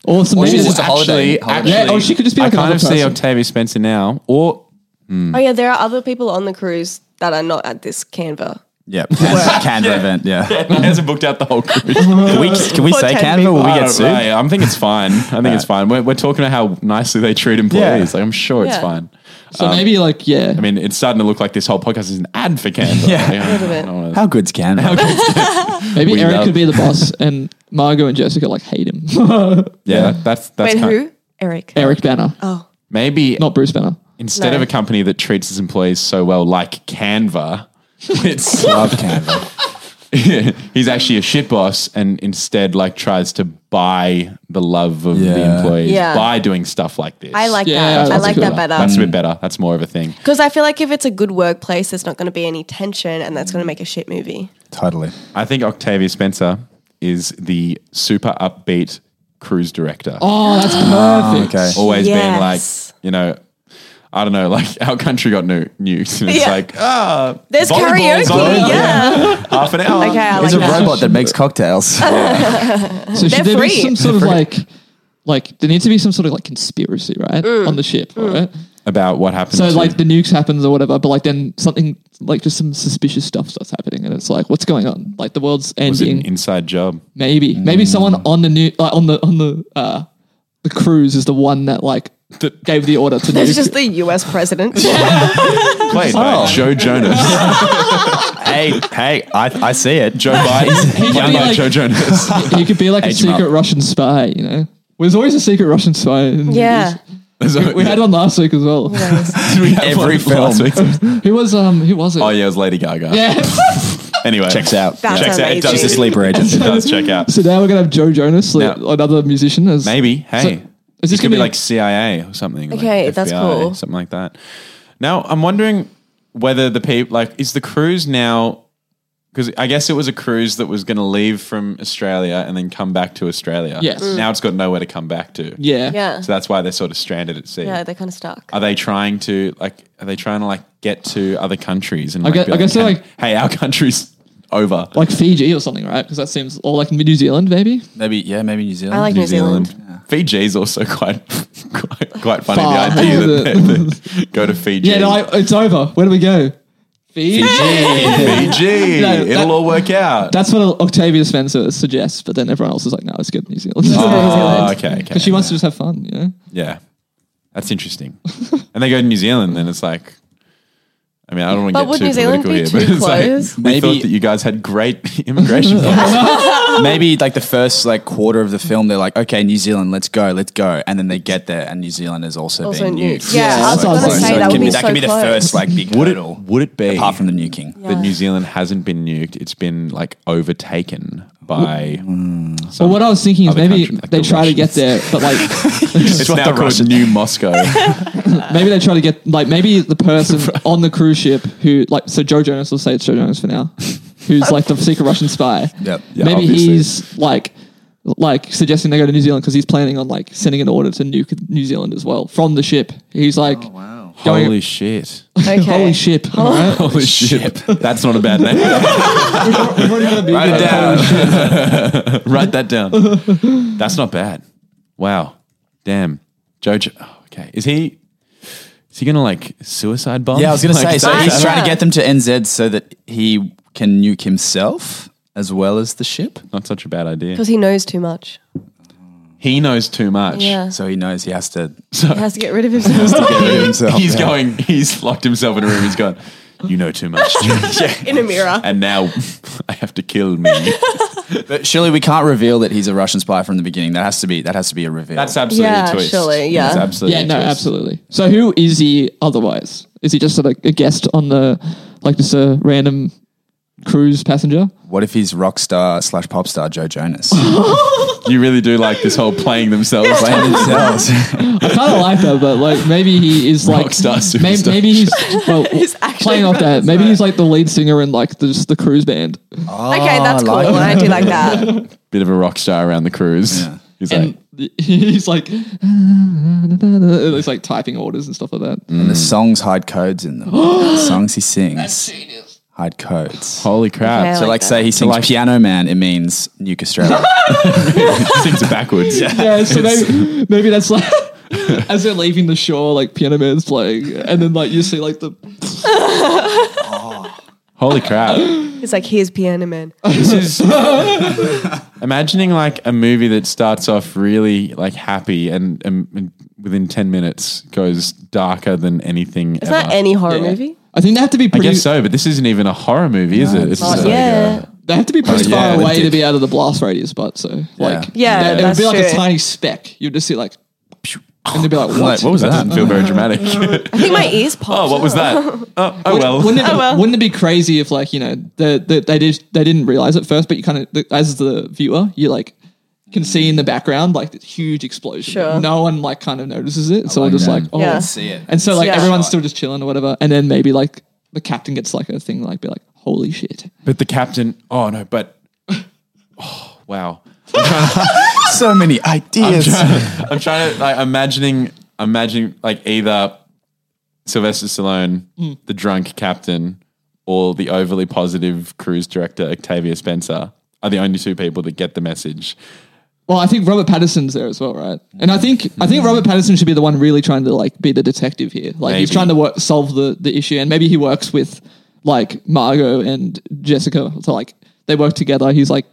Or some
she's
maybe
just a holiday.
Actually,
holiday.
Yeah, oh, or she could just be like
I kind
another
of see
person.
Octavia Spencer now, or Mm.
Oh yeah, there are other people on the cruise that are not at this Canva.
Yep. Canva event. Yeah.
He hasn't booked out the whole cruise.
Can we, can we
For
say
10
Canva?
people.
Will we
I
get
don't
sued?
know. I think it's fine. I think it's fine. We're, we're talking about how nicely they treat employees.
Yeah.
Like, I'm sure it's
Yeah.
fine. Um,
So maybe like yeah.
I mean, it's starting to look like this whole podcast is an ad for Canva.
Yeah.
Like, I don't-
Little bit.
I don't wanna-
How good's Canva?
maybe Eric
love-
could be the boss and Margot and Jessica like hate him.
yeah, that's that's
Wait,
kind-
who? Eric.
Eric Banner.
Oh,
maybe
Not Bruce Banner.
instead
No.
of a company that treats its employees so well, like Canva, it's
Love Canva.
he's actually a shit boss and instead like tries to buy the love of the
Yeah.
employees
Yeah.
by doing stuff like this.
I like
Yeah,
that. I
that's
like
good.
that um, better.
That's a bit better. That's more of a thing.
Because I feel like if it's a good workplace, there's not going to be any tension, and that's going to make a shit movie.
Totally.
I think Octavia Spencer is the super upbeat cruise director.
Oh, that's perfect.
Okay.
Always being like,
Yes.
you know, I don't know, like our country got new news. And it's
Yeah.
like, ah,
There's
volleyball's
karaoke.
on.
Yeah.
half an hour.
Okay, I like
He's a
that.
robot that makes cocktails.
So should
They're
there
free.
be some sort of like like there needs to be some sort of like conspiracy, right? On the ship, right?
About what happened.
So
to-
like the nukes happens or whatever, but like then something like just some suspicious stuff starts happening and it's like what's going on? Like the world's
was it Mm.
ending.
an inside job?
maybe. Maybe someone on the new like on the on the uh the cruise is the one that like gave the order to
There's
nuke.
just the US president. Oh.
Played by Joe Jonas.
hey, hey, I, I see it.
Joe Biden.
could
Played
be
by
like-
Joe Jonas.
he could be like a
Age 'em
secret
up.
Russian spy, you know. There's always a secret Russian spy. in
yeah.
movies. we had one last week as well.
Every film.
Who was um? Who was it?
Oh yeah, it was Lady Gaga.
Yeah.
Anyway,
Checks out.
That's
Checks out. It
amazing.
does,
She's a sleeper
It
agent.
does check out.
So now we're gonna have Joe Jonas, like,
Now-
another musician. As
Maybe. Hey,
is this
it could
gonna
be,
be-
like CIA or something?
Okay,
like
that's
FBI,
cool.
Something like that. Now I'm wondering whether the people like is the cruise now because I guess it was a cruise that was going to leave from Australia and then come back to Australia.
Yes. Mm.
Now it's got nowhere to come back to.
yeah,
Yeah.
So that's why they're sort of stranded at sea.
Yeah, they're kind of stuck.
Are they trying to like? Are they trying to like get to other countries? And like,
guess-
be
I guess they're
"Hey, hey, our country's over.
like Fiji or something, right? Because that seems or like New Zealand, maybe.
Maybe, yeah, maybe New Zealand.
I like New, Zealand.
Fiji's also quite quite, quite funny.
Far.
The idea that they, they go to Fiji.
Yeah, no, I, it's over. Where do we go? Fiji.
Fiji.
No, that-
It'll all work out.
That's what Octavia Spencer suggests, but then everyone else is like, "No, it's good, New Zealand."
Oh, okay, okay.
Because she wants to just have fun, you know.
yeah, that's interesting. and they go to New Zealand, and it's like. I mean, I don't want to
But
get
would
too
New Zealand
political
be
here, but
too
it's like,
close?
we
Maybe-
thought that you guys had great immigration policy.
maybe like the first like quarter of the film, they're like, okay, New Zealand, let's go, let's go, and then they get there, and New Zealand is also,
Also
being
nuked.
nuked.
Yeah,
Yeah, I was gonna
it
say,
can
that would be
that
so
can be the
close.
first like big
Would
hurdle,
it, would it be
apart from the nuking.
Yeah.
that New Zealand hasn't been nuked? It's been like overtaken by.
But what I was thinking is
Other
maybe
country, like
they
the
try to get there, but like
It's
what
now
the
called
Russian-
New Moscow.
maybe they try to get like maybe the person on the cruise ship who like so Joe Jonas. Let's say it's Joe Jonas for now, who's like the secret Russian spy.
Yep.
Yeah,
maybe
obviously.
he's like like suggesting they go to New Zealand because he's planning on like sending an order to nuke New Zealand as well from the ship. He's like,
Oh,
Wow.
going-
Holy shit.
Okay.
holy ship! all right?
Holy shit. That's not a bad name.
We've already got a big
Write it
one.
down. Write that down. That's not bad. Wow. Damn. Jojo. oh, Okay. Is he? Is he gonna like suicide bomb?
Yeah, I was gonna
Like,
say. So
that-
he's
that-
trying to get them to NZ so that he can nuke himself as well as the ship,
not such a bad idea.
Because he knows too much.
He knows too much.
Yeah.
so he knows he has to
He has to get rid of himself
get rid of himself.
He's
Yeah.
going. He's locked himself in a room. He's gone. You know too much.
in a mirror.
And now I have to kill me.
But surely we can't reveal that he's a Russian spy from the beginning. That has to be. That has to be a reveal.
That's absolutely
Yeah,
a twist.
surely, yeah.
That's absolutely.
Yeah,
a
no,
twist.
absolutely. So who is he otherwise? Is he just sort of a guest on the like just a random cruise passenger?
what if he's rock star slash pop star Joe Jonas?
You really do like this whole playing themselves.
Playing themselves.
I kind of like that, but like maybe he is like
Rockstar
may-
superstar.
maybe he's well
actually
playing off that. Maybe he's like the lead singer in like the, just the cruise band.
okay, that's cool.
like
I do Ah, like that.
Bit of a rock star around the cruise.
Yeah.
He's like,
and he's like it's like
Mm.
typing orders and stuff like that.
and the songs hide codes in them. the songs he sings hide codes.
Holy crap.
Okay, I
so
so,
like
Oh, like,
that.
say he sings
like-
Piano Man, it means Nuke Australia.
like, sings it backwards.
Yeah, so maybe, maybe that's like as they're leaving the shore, like piano man's playing, and then like you see like the
Holy crap.
It's like here's Piano Man.
This is imagining like a movie that starts off really like happy and, and, and within ten minutes goes darker than anything.
It's
ever.
not any horror
Yeah.
movie.
I think they have to be
I
pretty.
guess so, but this isn't even a horror movie, is it? It's
Not
just like
Oh, yeah.
They have to be pretty
Oh, yeah,
far
they
away to
did.
be out of the blast radius, but so like
Yeah,
it would
that's
be like a
true.
tiny speck. You'd just see like, and they'd be like, what?
Like, what was
that
that?
doesn't feel very dramatic.
I think my ears popped.
oh, what was that? Oh, oh well.
Wouldn't it,
Oh, well.
wouldn't it be crazy if like you know the, the, they did they didn't realize at first, but you kind of as the viewer you like can see in the background like this huge explosion.
Sure.
No one like kind of notices it, so I'm just like oh,
Yeah.
See it.
and so like
Yeah.
everyone's still just chilling or whatever, and then maybe like the captain gets like a thing like be like holy shit.
but the captain. Oh no, but oh wow.
so many ideas.
I'm trying to like imagining imagining like either Sylvester Stallone,
Mm.
the drunk captain, or the overly positive cruise director Octavia Spencer are the only two people that get the message.
Well, I think Robert Patterson's there as well, right? And I think I think Robert Patterson should be the one really trying to like be the detective here. Like he's
Maybe.
trying to work, solve the the issue, and maybe he works with like Margot and Jessica. So like they work together. He's like.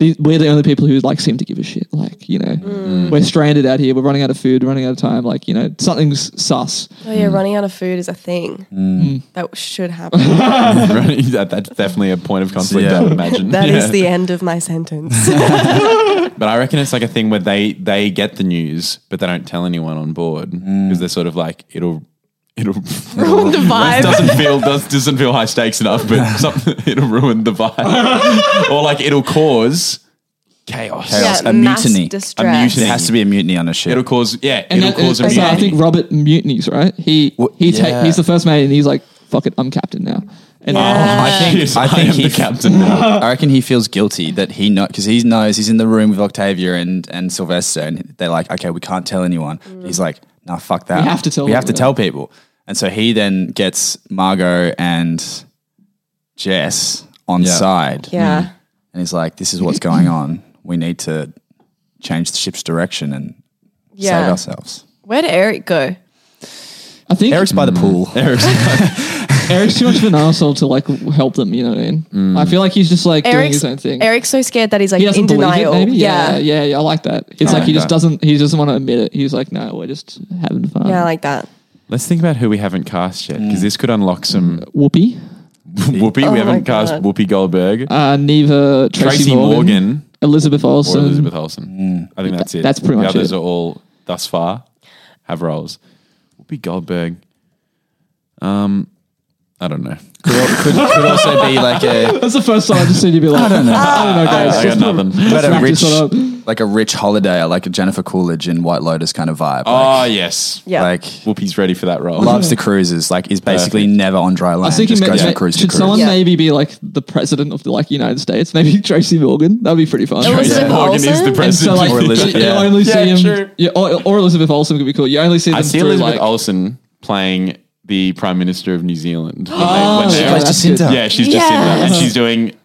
the- We're the only people who like seem to give a shit. Like you know, we're stranded out here. We're running out of food. We're running out of time. Like you know, something's sus.
Oh yeah, running out of food is a thing. Mm. That should happen.
Right? That- that's definitely a point of conflict. I would imagine
That is
Yeah.
the end of my sentence.
But I reckon it's like a thing where they they get the news, but they don't tell anyone on board because they're sort of like it'll it'll
Ruin the vibe.
doesn't feel does, doesn't feel high stakes enough, but something, it'll ruin the vibe or like it'll cause chaos.
Chaos. a
mass
mutiny. A
distress.
There has to be a mutiny on a ship.
It'll cause yeah,
And
it'll
that-
cause a
and so I
mutiny.
think Robert mutinies, right? He
Wha-
he ta-
yeah.
he's the first mate, and he's like, "Fuck it, I'm captain now." And Ah.
I think,
Yes,
I
Oh, I
think
am
he
the captain now.
I reckon he feels guilty that he knows because he knows he's in the room with Octavia and and Sylvester, and they're like, okay, we can't tell anyone. He's like, nah, fuck that.
Mm. We have to tell
We have to
them.
tell people. And so he then gets Margot and Jess on side,
yeah.
and he's like, this is what's going on. We need to change the ship's direction and save
Yeah.
ourselves.
Where'd Eric go?
I think
Eric's by the pool.
Eric's too much of an asshole to like help them. You know what I mean?
Mm.
I feel like he's just like doing
Eric's
his own thing.
Eric's so scared that he's like
he
in
doesn't believe
denial.
it. Maybe. Yeah.
Yeah.
yeah,
yeah,
yeah, I like that. It's like he just doesn't. He doesn't want to admit it. He's like, no, we're just having fun.
I like that.
Let's think about who we haven't cast yet
Mm.
because this could unlock some
Whoopi,
Whoopi.
my
we haven't cast
God.
Whoopi Goldberg,
Oh uh, Neva, Tracy,
Tracy
Morgan,
Morgan.
Elizabeth
or
Olsen.
Elizabeth Olsen. I think that's it.
that's pretty
the
much
others
it.
are all thus far have roles. Whoopi Goldberg. Um, I don't know.
could, al- could, could also be like a
That's the first time I've just seen you be like, I don't know, I don't know, guys.
I got
Just put-
nothing.
just
but a
wrap
rich
this one up.
like a rich holiday, or like a Jennifer Coolidge in White Lotus kind of vibe.
Oh yes,
Yeah.
Like
Whoopi's ready for that role.
loves the cruises. Like is basically never on dry land.
I think he
just
may,
goes
may-
from cruise to
should
cruise.
someone
Yeah.
maybe be like the president of the like United States? Maybe Tracy Morgan. That'd be pretty fun.
Elizabeth
Tracy Morgan is
Olsen?
the
And so,
president.
And so like
Or Elizabeth-
you, you
yeah.
only see
Yeah,
him,
sure.
yeah, or, or Elizabeth Olsen could be cool. You only see them
I see
through
Elizabeth
like
Olsen playing the Prime Minister of New Zealand.
Oh,
when they- when
yeah,
they-
plays
that's
Jacinta.
good.
yeah, she's just in that,
Yes.
and she's doing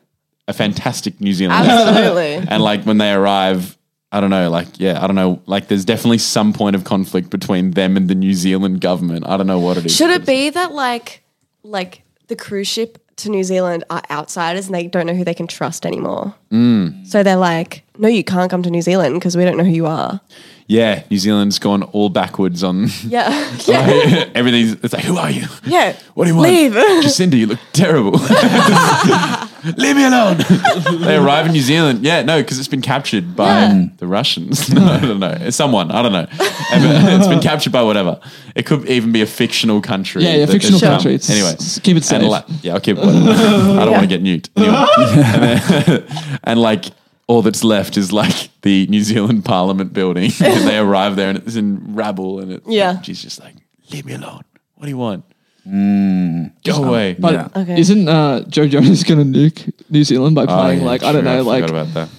a fantastic New Zealand. accent.
Absolutely.
And like when they arrive, I don't know, like, yeah, I don't know. Like there's definitely some point of conflict between them and the New Zealand government. I don't know what it is.
Should it be that like like the cruise ship to New Zealand are outsiders and they don't know who they can trust anymore?
Mm.
So they're like, no, you can't come to New Zealand because we don't know who you are.
Yeah, New Zealand's gone all backwards on
Yeah, yeah,
everything's it's like, who are you?
yeah.
Oh, What do you want?
Leave.
Jacinda, you look terrible. Leave me alone. they arrive in New Zealand. Yeah, no, because it's been captured by
Yeah.
the Russians. No, I don't know. It's someone. I don't know. And it's been captured by whatever. It could even be a fictional country.
Yeah, yeah,
that
fictional
it's from.
country. It's-
Anyway,
s- keep it safe.
And like- yeah, I'll keep it. Whatever. I don't want to get nuked. Anyway. and, then- and like all that's left is like the New Zealand Parliament building. and they arrive there and it's in rabble and it's
Yeah.
she's just like, leave me alone. What do you want? Go away.
But
Yeah.
Okay.
isn't uh, Joe Jonas gonna nuke New Zealand by playing like Oh, I don't know like
about that.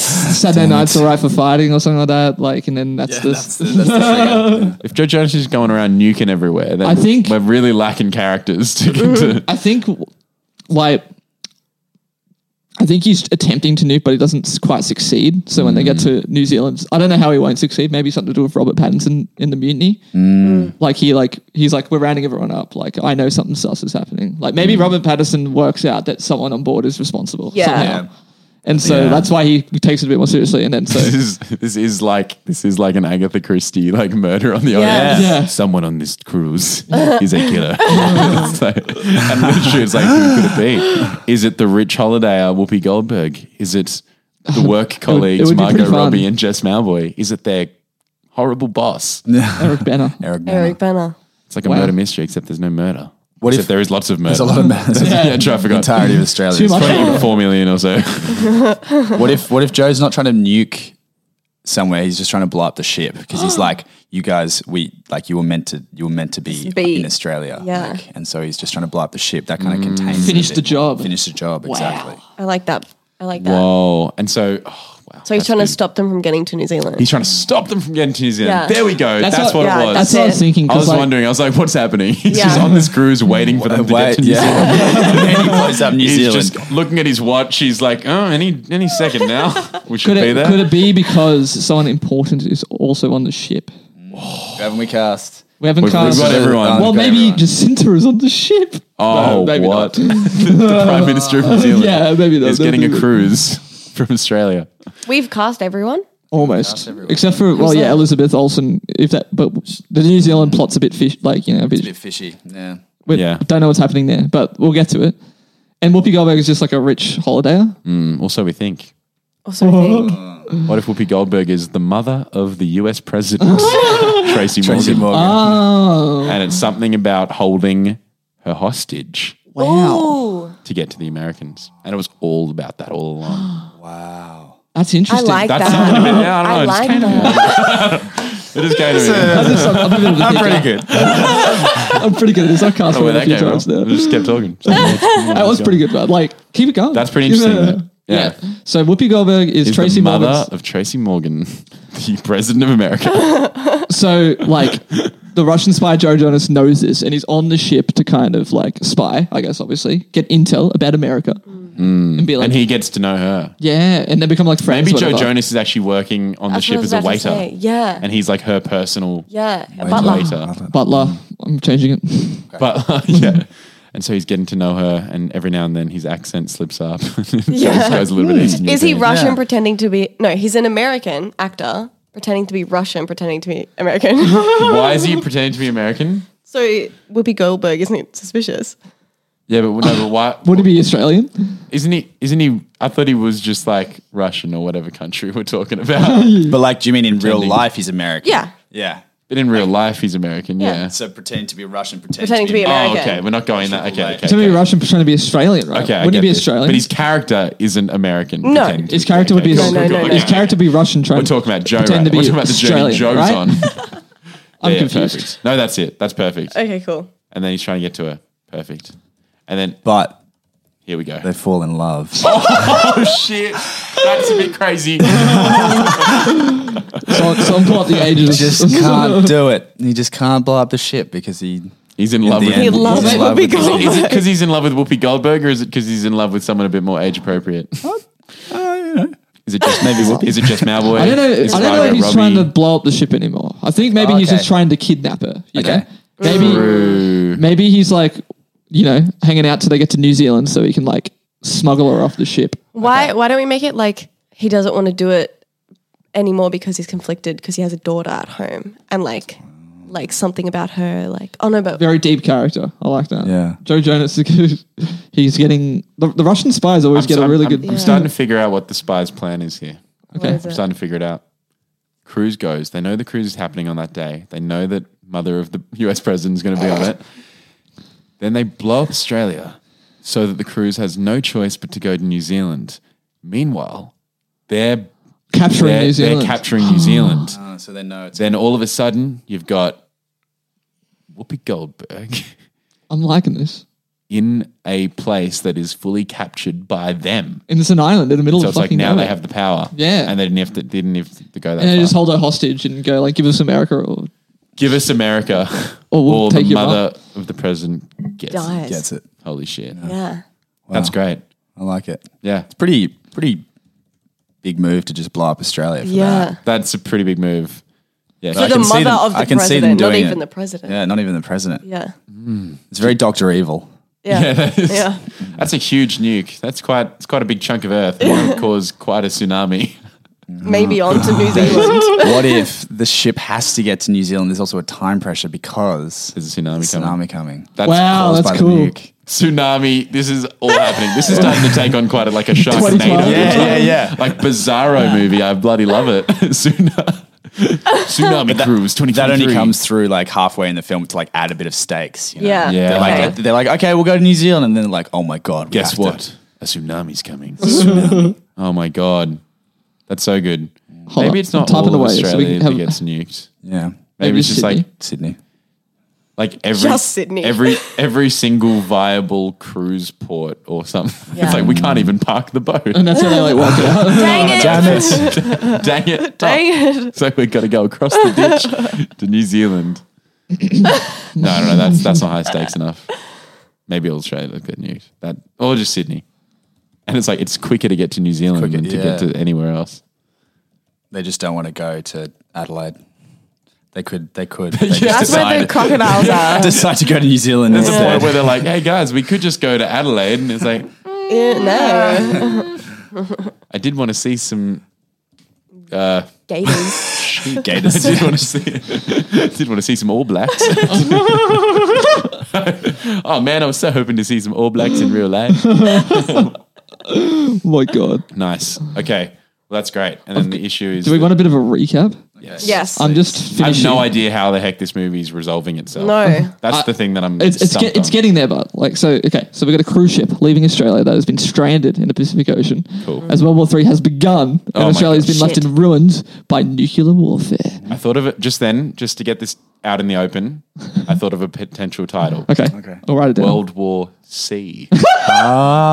Saturday Night's Alright for Fighting or something like that? Like and then that's this.
If Joe Jonas is going around nuking everywhere, then
I think-
we're really lacking characters. To, to
I think w- like I think he's attempting to nuke, but he doesn't s- quite succeed. So when they get to New Zealand, I don't know how he won't succeed. Maybe something to do with Robert Pattinson in the mutiny.
Mm.
Like he like he's like we're rounding everyone up. Like I know something sus is happening. Like
Mm.
maybe Robert Pattinson works out that someone on board is responsible.
Yeah.
somehow.
Yeah.
And so
Yeah.
that's why he takes it a bit more seriously. And then so
This is this is like this is like an Agatha Christie like murder on the
Yeah.
island.
Yeah.
Someone on this cruise is a killer. it's like, and literally, it's like who could it be? Is it the Rich Holiday or Whoopi Goldberg? Is it the work colleagues
would be pretty
Margot
fun.
Robbie and Jess Malvoy? Is it their horrible boss?
Eric Banner.
Eric. Banner.
Eric Banner.
It's like a
Wow.
murder mystery, except there's no murder.
What
except
if-
there is lots of murder?
There's a lot of matters.
yeah, true, I
The
forgot.
entirety of Australia.
Too
is-
much.
Even Four million or so.
What if what if Joe's not trying to nuke somewhere? He's just trying to blow up the ship because he's like, you guys, we like you were meant to you were meant to be,
Be-
in Australia,
Yeah.
like, and so he's just trying to blow up the ship. That kind of contains
Finish
it a
the
bit.
job.
Finish the job exactly.
I like that. I like that.
Whoa! And so, oh, wow.
so he's
that's
trying
good.
to stop them from getting to New Zealand.
He's trying to stop them from getting to New Zealand.
Yeah.
There we go. That's, what,
yeah,
it was.
That's what I was
it.
thinking.
I
'cause,
was
like,
wondering. I was like, "What's happening?" He's
Yeah.
just on this cruise waiting for them to get to New Zealand.
and then he blows up New
He's
Zealand.
just looking at his watch. He's like, "Oh, any any second now, we should
Could
be
it,
there."
could it be because someone important is also on the ship?
Haven't we cast? um,
We haven't
We've- we've
cast. uh,
got everyone.
well,
We've got
maybe
everyone.
Jacinta is on the ship.
oh,
No, maybe
what?
not.
the Prime Minister of New Zealand
yeah, maybe that
is
that'd
getting
be-
a cruise from Australia.
We've cast everyone.
almost, except for well, yeah,
that?
Elizabeth Olsen. If that, but the New Zealand plot's a bit fish, like you know, a bit,
A bit fishy. Yeah.
we
Yeah.
don't know what's happening there, but we'll get to it. And Whoopi Goldberg is just like a rich holidayer.
Um, Also, we think. Oh,
Also, I think.
What if Whoopi Goldberg is the mother of the U.S. president, Tracy,
Tracy
Morgan,
Morgan.
Oh
and
Mm-hmm.
it's something about holding her hostage
wow,
Ooh,
to get to the Americans, and it was all about that all along.
wow.
that's
I
interesting.
like
That's
that.
I, yeah, I
I
don't know.
like uh, that.
It just came to me.
I'm, just- I'm a bit of a thinker.
good.
I'm pretty good at this. I've cast
I don't know
away
where
a
that
few
came
times
from.
now.
I just kept talking.
That was pretty good, but like keep it going.
That's pretty
Give it
interesting.
a-
though. Yeah.
yeah. So Whoopi Goldberg is,
Is
Tracy
the mother
Morgan.
of Tracy Morgan, the president of America.
So like the Russian spy Joe Jonas knows this and he's on the ship to kind of like spy, I guess obviously, get intel about America. And be like
Mm. and he gets to know her.
Yeah, and they become like friends.
Maybe Joe
whatever.
Jonas is actually working on the
That's what I
ship as
was
a
about to
waiter.
say. Yeah.
And he's like her personal
Yeah. A butler. Oh,
waiter.
Butler. I'm changing it.
But yeah. And so he's getting to know her, and every now and then his accent slips up. So
Yeah. Hmm.
this guy's a little bit Eastern
Is he
European.
Russian pretending to be? No, he's an American actor pretending to be Russian, pretending to be American.
Why is he pretending to be American?
so Whoopi Goldberg isn't it suspicious?
Yeah, but no, but why?
Would he be Australian?
Isn't he? Isn't he? I thought he was just like Russian or whatever country we're talking about.
But like, do you mean in real
Pretending.
life he's American?
Yeah.
Yeah.
but in real life, he's American.
Yeah.
Yeah.
So pretending to be Russian, pretending,
Pretending to be
Oh,
American.
okay. We're not going that. Okay. Okay.
To be
okay.
Russian pretending to be Australian, right?
Okay, I
Wouldn't
get
he be
this.
Australian?
But his character isn't American.
No.
pretending to
his character would be
okay,
No, no,
cool,
no,
cool,
no.
his
okay.
character would be Russian trying
We're talking about Joe. Right?
pretend to
We're
be
talking about the journey
Australian,
Joe's
right?
on.
I'm
Yeah,
confused.
perfect. No, that's it. That's perfect.
Okay, cool.
And then he's trying to get to her. Perfect. And then
But
here we go.
they fall in love.
Oh shit! That's a bit crazy. That's
So, so I'm caught the ages.
just can't do it. He just can't blow up the ship because he.
He's in love
the
with.
end,
He
Whoopi.
loves
He's in love
Whoopi
with the-
Goldberg.
Is it because he's in love with Whoopi Goldberg, or is it because he's in love with someone a bit more age appropriate? Uh, Is it just maybe? Whoopi- Is it just Malboy?
I don't know.
Is
I don't know
Margot
if he's
Robbie? Oh,
trying to blow up the ship anymore. I think maybe he's
Okay.
just trying to kidnap her. You
Okay.
know? Maybe
True.
maybe he's like, you know, hanging out till they get to New Zealand so he can like smuggle her off the ship.
Why? Why don't we make it like he doesn't want to do it anymore because he's conflicted because he has a daughter at home and like like something about her like oh no but
Very deep character. I like that.
Yeah.
Joe Jonas, is good. he's getting the, the Russian spies always get
So
a
I'm-
really
I'm-
good.
I'm starting to figure out what the spy's plan is here.
what is
I'm
it?
starting to figure it out. Cruise goes. They know the cruise is happening on that day. They know that mother of the U.S. president is going to be on it. Then they blow up Australia so that the cruise has no choice but to go to New Zealand. Meanwhile, they're
capturing
they're,
New Zealand.
they're capturing New Zealand.
Oh, so they know it's.
Then all of a sudden, you've got Whoopi Goldberg
I'm liking this.
in a place that is fully captured by them.
And it's an island in the middle
So
of
it's like
Oh, fucking
now they
nowhere.
have the power.
Yeah.
And they didn't have to, didn't have to go that
and they
far.
just hold her hostage and go like, give us America or
Give us America.
Or Oh, we'll
or
take
the
your
mother of the president gets it.
dies
Gets it.
Holy shit.
yeah
That's great.
I like it.
Yeah.
Pretty, pretty big move to just blow up Australia. For
yeah.
that.
That's a pretty big move. Yeah.
For
I
the
can see
mother
them-
of the
I can see them
president, not
doing
even
it.
the president.
yeah, not even the president.
Yeah.
It's very Doctor Evil.
Yeah. Yeah.
That's a huge nuke. That's quite it's quite a big chunk of earth. It would cause quite a tsunami.
Maybe on to New Zealand.
what if the ship has to get to New Zealand? There's also a time pressure because
There's a tsunami, coming.
tsunami coming.
That's
Oh,
Wow,
caused
that's
by the
cool.
nuke.
Tsunami. This is all happening. This is starting to take on quite a, like a sharknado.
25.
Yeah, yeah, yeah.
Like bizarro movie. I bloody love it. Tsunami, tsunami cruise. Twenty
That only comes through like halfway in the film to like add a bit of stakes. You know?
Yeah.
Yeah.
They're like,
Okay.
they're like, okay, we'll go to New Zealand, and then like, oh my god, we
Guess
have to-
what? A tsunami's coming. oh my god, that's so good.
Hold
Maybe
on,
it's not
I'm
all
typing
of
away so we
Australia
can
that
have-
gets nuked.
Yeah,
Maybe,
Maybe
it's just
Sydney.
like
Sydney.
like every
Just Sydney.
every every single viable cruise port or something.
Yeah.
It's like we can't even park the boat.
And that's how they like walk it out.
Dang it.
Damn it!
Dang it! Oh.
Dang it.
So we've got to go across the ditch to New Zealand. no, no, no, that's that's not high stakes enough. Maybe all Australia will get nuked. That or just Sydney. And it's like it's quicker to get to New Zealand
Quicker,
than to
yeah.
get to anywhere else.
they just don't want to go to Adelaide. They could. They could. They just
That's where the
decide,
crocodiles are.
decide to go to New Zealand
There's a
instead.
point where they're like, "Hey guys, we could just go to Adelaide," and it's like,
Yeah, no.
"I did want to see some." Uh,
Gators.
I did want to see. did want to see some All Blacks. oh man, I was so hoping to see some All Blacks in real life.
Oh my god.
Nice. Okay, well that's great. And then the issue is,
Do we want a bit of a recap?
yes.
Yes.
I'm just
I have
finishing.
no idea how the heck this movie is resolving itself.
No.
that's the thing that I'm.
It's it's, get, it's getting there, but like so. Okay, so we have got a cruise ship leaving Australia that has been stranded in the Pacific Ocean
Cool.
as World War Three has begun, and
Oh my
Australia has
God.
been left
Shit.
in ruins by nuclear warfare.
I thought of it just then, just to get this out in the open. I thought of a potential title.
Okay,
Okay.
I'll write it down.
World War C.
Uh,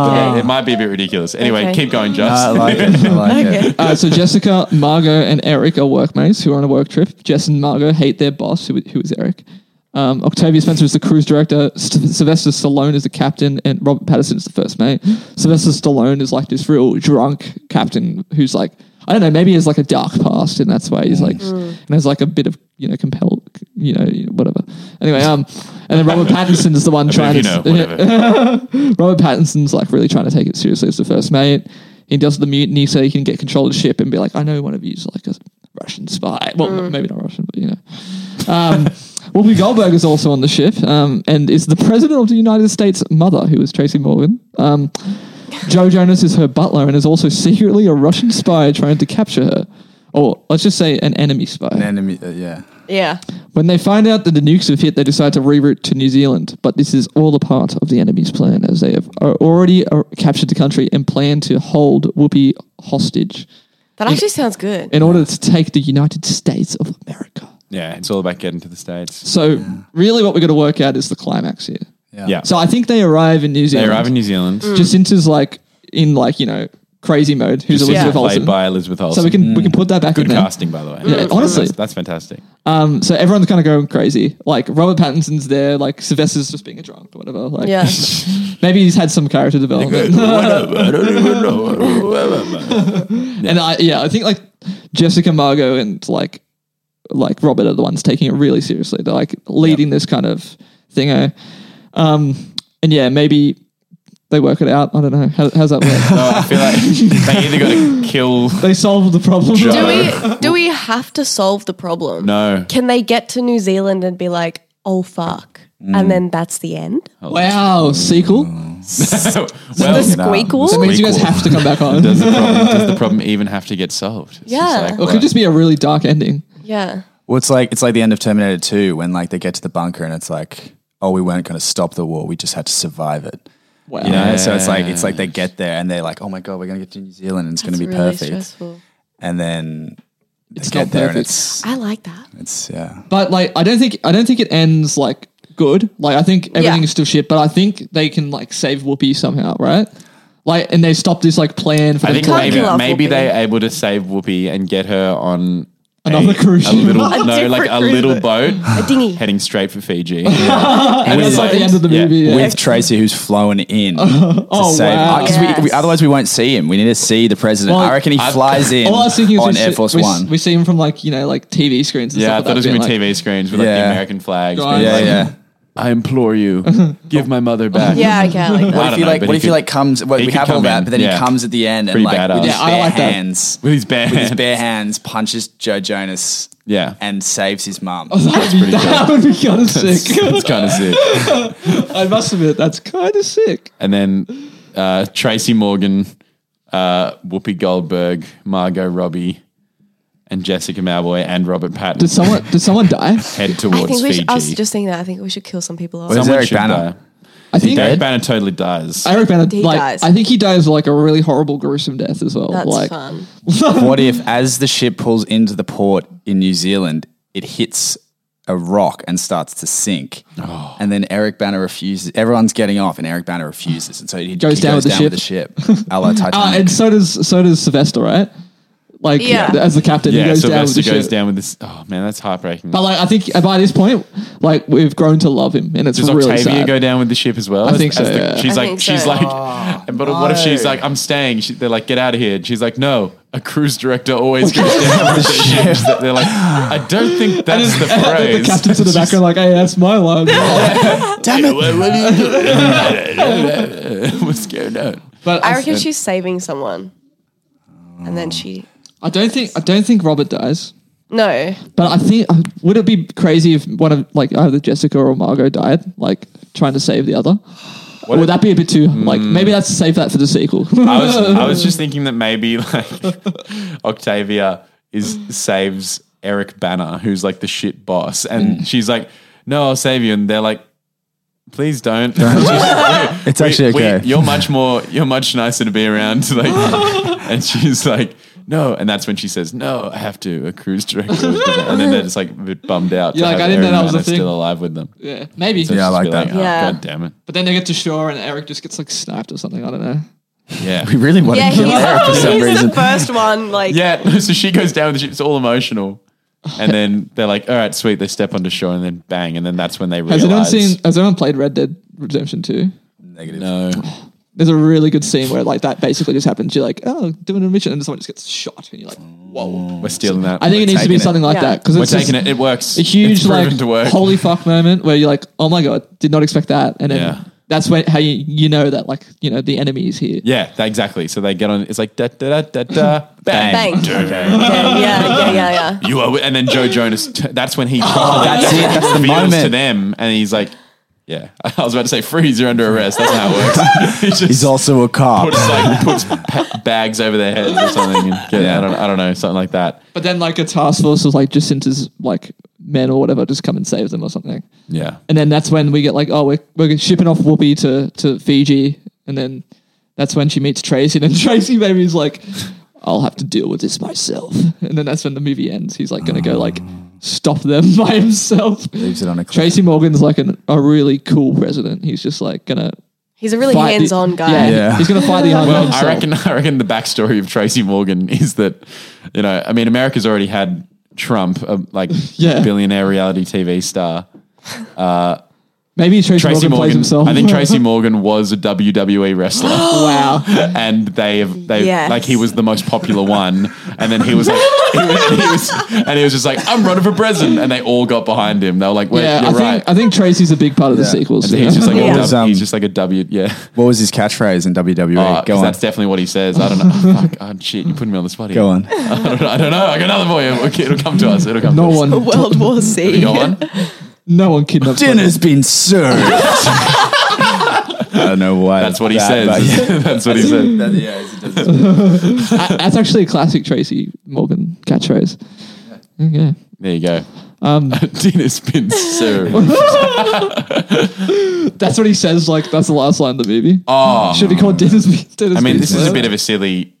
Ah,
it might be a bit ridiculous. Anyway,
Okay.
keep going, Josh.
I like it. I like it.
Uh, so Jessica, Margot, and Eric are workmates who are on a work trip. Jess and Margot hate their boss, who, who is Eric. Um, Octavia Spencer is the cruise director. St- Sylvester Stallone is the captain, and Robert Patterson is the first mate. Sylvester Stallone is like this real drunk captain who's like, I don't know, maybe he has like a dark past, and that's why he's like, and has like a bit of you know compelled, you know, whatever. Anyway, um, and then Robert Pattinson is the one trying
you
to
know, whatever.
Robert Pattinson's like really trying to take it seriously as the first mate. He does the mutiny so he can get control of the ship and be like, I know one of you's like a Russian spy. Well, maybe not Russian, but you know. Um, Whoopi Goldberg is also on the ship um, and is the president of the United States' mother, who is Tracy Morgan. Um, Joe Jonas is her butler and is also secretly a Russian spy trying to capture her. Or let's just say an enemy spy.
Enemy. uh, yeah.
Yeah.
When they find out that the nukes have hit, they decide to reroute to New Zealand. But this is all a part of the enemy's plan, as they have are already uh, captured the country and plan to hold Whoopi hostage
That actually sounds good.
in order to take the United States of America.
yeah, it's all about getting to the states.
So, really, what we're going to work out is the climax here.
Yeah.
So, I think they arrive in New
They
Zealand.
arrive in New Zealand.
Mm. Jacinta's like in like you know crazy mode. Who's
Jacinta
Elizabeth
played
Olsen?
by Elizabeth Olsen.
so we can we can put that back
good
in there.
casting, by the way.
Yeah, honestly.
that's, that's fantastic.
Um, so everyone's kind of going crazy. Like Robert Pattinson's there. Like Sylvester's just being a drunk or whatever. Like
Yeah.
Maybe he's had some character development. And I, yeah, I think like Jessica Margot and like like Robert are the ones taking it really seriously. They're like leading this kind of thing. eh? Um, and yeah, maybe they work it out. I don't know. How, how's that work?
Oh, I feel like they either got to kill.
they solve the problem.
Do we do we have to solve the problem?
No,
Can they get to New Zealand and be like, oh fuck? And then that's the end?
Wow, sequel.
well,
the
does
no.
squeakle?
That means you guys
Sequel.
have to come back on.
the, problem, does the problem even have to get solved? It's just
Yeah.
like,
Or
It could just be a really dark ending.
yeah.
Well, it's like it's like the end of Terminator Two when like they get to the bunker and it's like, oh, we weren't going to stop the war. We just had to survive it.
Wow.
You know, so it's like it's like they get there and they're like, oh my god, we're going to get to New Zealand and it's going to be perfect. And then they
It's
get
not
there and
perfect.
it's
I like that.
it's yeah.
But like, I don't think I don't think it ends like good. Like, I think everything
Yeah.
is still shit. But I think they can like save Whoopi somehow, right? Like, and they stop this like plan for
I
them
think
to, like,
Can't kill
maybe,
off
maybe
Whoopi.
they're able to save Whoopi and get her on
Another cruise
a
ship.
little
A
no, like
different
a
cruise
little
ship.
boat
A dinghy.
heading straight for Fiji.
and that's like the end of the
Yeah.
movie. Yeah.
with Tracy, who's flown in to
Oh,
save.
wow.
uh, 'cause
Yes.
we, we, otherwise, we won't see him. We need to see the president.
Well,
I reckon he
I've-
flies in
All I was thinking is
on
we
Air
see-
Force
we, s-
One.
We see him from like you know like TV screens. And
Yeah, I
stuff
thought it
like
was
that,
gonna be
being
TV screens with like
Yeah.
the American flags.
Guys.
being
yeah,
like,
yeah.
I implore you, give my mother back.
Yeah, okay, like that.
What if
don't
he
know,
like?
but
What
he
if he
could-
like comes? Well,
he
we
could
have all
come
that,
in.
but then he
Yeah.
comes at the end and
Pretty
like
badass.
with his
Yeah, I
bare
like that.
hands,
with his band.
with his bare hands, punches Joe Jonas
Yeah.
and saves his mum.
That'd be, that would be kind of sick.
It's kind of sick.
I must admit, that's kind of sick.
And then uh, Tracy Morgan, uh, Whoopi Goldberg, Margot Robbie, and Jessica Malboy and Robert Patton
Did someone? Did someone die?
head
I
towards
think we
Fiji.
should, I was just thinking that. I think we should kill some people off.
Where's
Someone
Eric
should
Banner?
die.
I think
Eric Banner totally dies.
Eric Banner.
He
Like,
dies.
I think he dies like a really horrible, gruesome death as well.
That's
like,
fun.
What if, as the ship pulls into the port in New Zealand, it hits a rock and starts to sink,
Oh.
and then Eric Banner refuses. Everyone's getting off, and Eric Banner refuses, and so he
Goes
he
down with the
with the ship. a la Titanic.
Ah, and so does so does Sylvester, right? Like,
Yeah.
as the captain,
yeah,
he goes down with
Sylvester
the
goes
ship.
down with this. Oh man, that's heartbreaking.
But like, I think by this point, like we've grown to love him, and it's
Does
really
Octavia
sad.
go down with the ship as well?
I think so, yeah.
She's
I
like,
think
she's
so.
like, but what if she's like, I'm staying? She, they're like, get out of here. And she's like, no. A cruise director always goes down with the ships. They're like, I don't think that's the
the
phrase.
captain to the background, like, hey, that's my line.
Damn it!
What's going on?
But
I
I,
reckon she's saving someone. And then she.
I don't think I don't think Robert dies.
No.
But I think uh, would it be crazy if one of like either Jessica or Margot died, like trying to save the other? would that be a bit too like
Hmm.
maybe that's save that for the sequel?
I was I was just thinking that maybe like Octavia is saves Eric Banner, who's like the shit boss,
Mm.
and she's like, "No, I'll save you," and they're like, "Please don't."
It's
We- we- you're much more. You're much nicer to be around. Like, and she's like, "No," and that's when she says, "No, I have to." A cruise director, was gonna-" and then they're just like a bit bummed out. to
Yeah, like,
have
I didn't know
Aaron
that was a
Mann
thing.
Still alive with them.
yeah, maybe.
Yeah,
Just
I like
be
that.
"Oh,
Yeah.
God damn it.
But then they get to shore and Eric just gets like sniped or something. I don't know.
Yeah.
We really want
Yeah,
to
he's,
kill Eric for some
he's
reason.
the first one. Like,
Yeah, no, so she goes down with the ship. It's all emotional, and then they're like, "All right, sweet." They step onto shore, and then bang, and then that's when they realize.
Has anyone seen? Has anyone played Red Dead Redemption Two?
Negative.
No,
There's a really good scene where like that basically just happens. You're like, oh, doing a mission, and someone just gets shot, and you're like, whoa.
we're stealing that.
I think it needs to be
taking it.
something like
Yeah.
that because
we're
it's
taking
just
it. It works.
a huge
it's proven
like
to work.
holy fuck moment where you're like, oh my god, did not expect that, and then
Yeah.
that's when how you you know that like you know the enemy is here.
yeah, that- exactly. So they get on. It's like da da da da da bang.
Bang.
Dude.
yeah, yeah, yeah, yeah.
You are, wi- and then Joe Jonas. T- that's when
Oh,
he totally
That's it. That's the
reveals to
moment.
them, and he's like, "Yeah." I was about to say, "Freeze! You're under arrest." That's not how it works. he just
He's also a cop.
puts, like, puts pa- bags over their heads or something. And get, I don't, I don't know, something like that.
But then like a task force of like Jacinta's like men or whatever just come and save them or something.
Yeah.
And then that's when we get like, oh, we're, we're shipping off Whoopi to, to Fiji. And then that's when she meets Tracy. And then Tracy maybe is like, I'll have to deal with this myself. And then that's when the movie ends. He's like going to go like stop them by himself.
Leaves it on a cliff.
Tracy Morgan's like an, a really cool president. He's just like going to
He's a really hands on guy.
Yeah,
Yeah.
he's going to fight the army
Well,
himself.
I reckon I reckon the backstory of Tracy Morgan is that, you know, I mean, America's already had Trump, a like
Yeah.
billionaire reality TV star.
maybe Tracy,
Tracy
Morgan, plays
Morgan,
himself.
I think Tracy Morgan was a WWE wrestler,
wow.
and they have they
Yes.
like he was the most popular one, and then he was like he was, he was- and he was just like I'm running for president, and they all got behind him. They were like, Wait,
Yeah, I
you're
think
right.
I think Tracy's a big part of the
Yeah.
sequels.
he's just like
Yeah.
a
was,
W-
um,
he's just like a W, yeah.
What was his catchphrase in WWE?
Uh, 'cause
go on.
that's definitely what he says. I don't know. Fuck, oh, shit, you're putting me on the spot here.
Go on.
I don't, know, I don't know. I got another for you. Okay, It'll come to us. It'll come.
no
to Us.
one,
World War C.
Go on.
no one kidnaps.
Dinner's been served. I don't know why.
That's what he
that, but
says. That's what he said.
That- yeah, it does.
Uh, That's actually a classic Tracy Morgan catchphrase. Yeah.
There you go.
Um,
Dinner's been served.
That's what he says, like, that's the last line of the movie.
Oh,
Should be called Dinner's Dinner's
I mean, this is a bit of a silly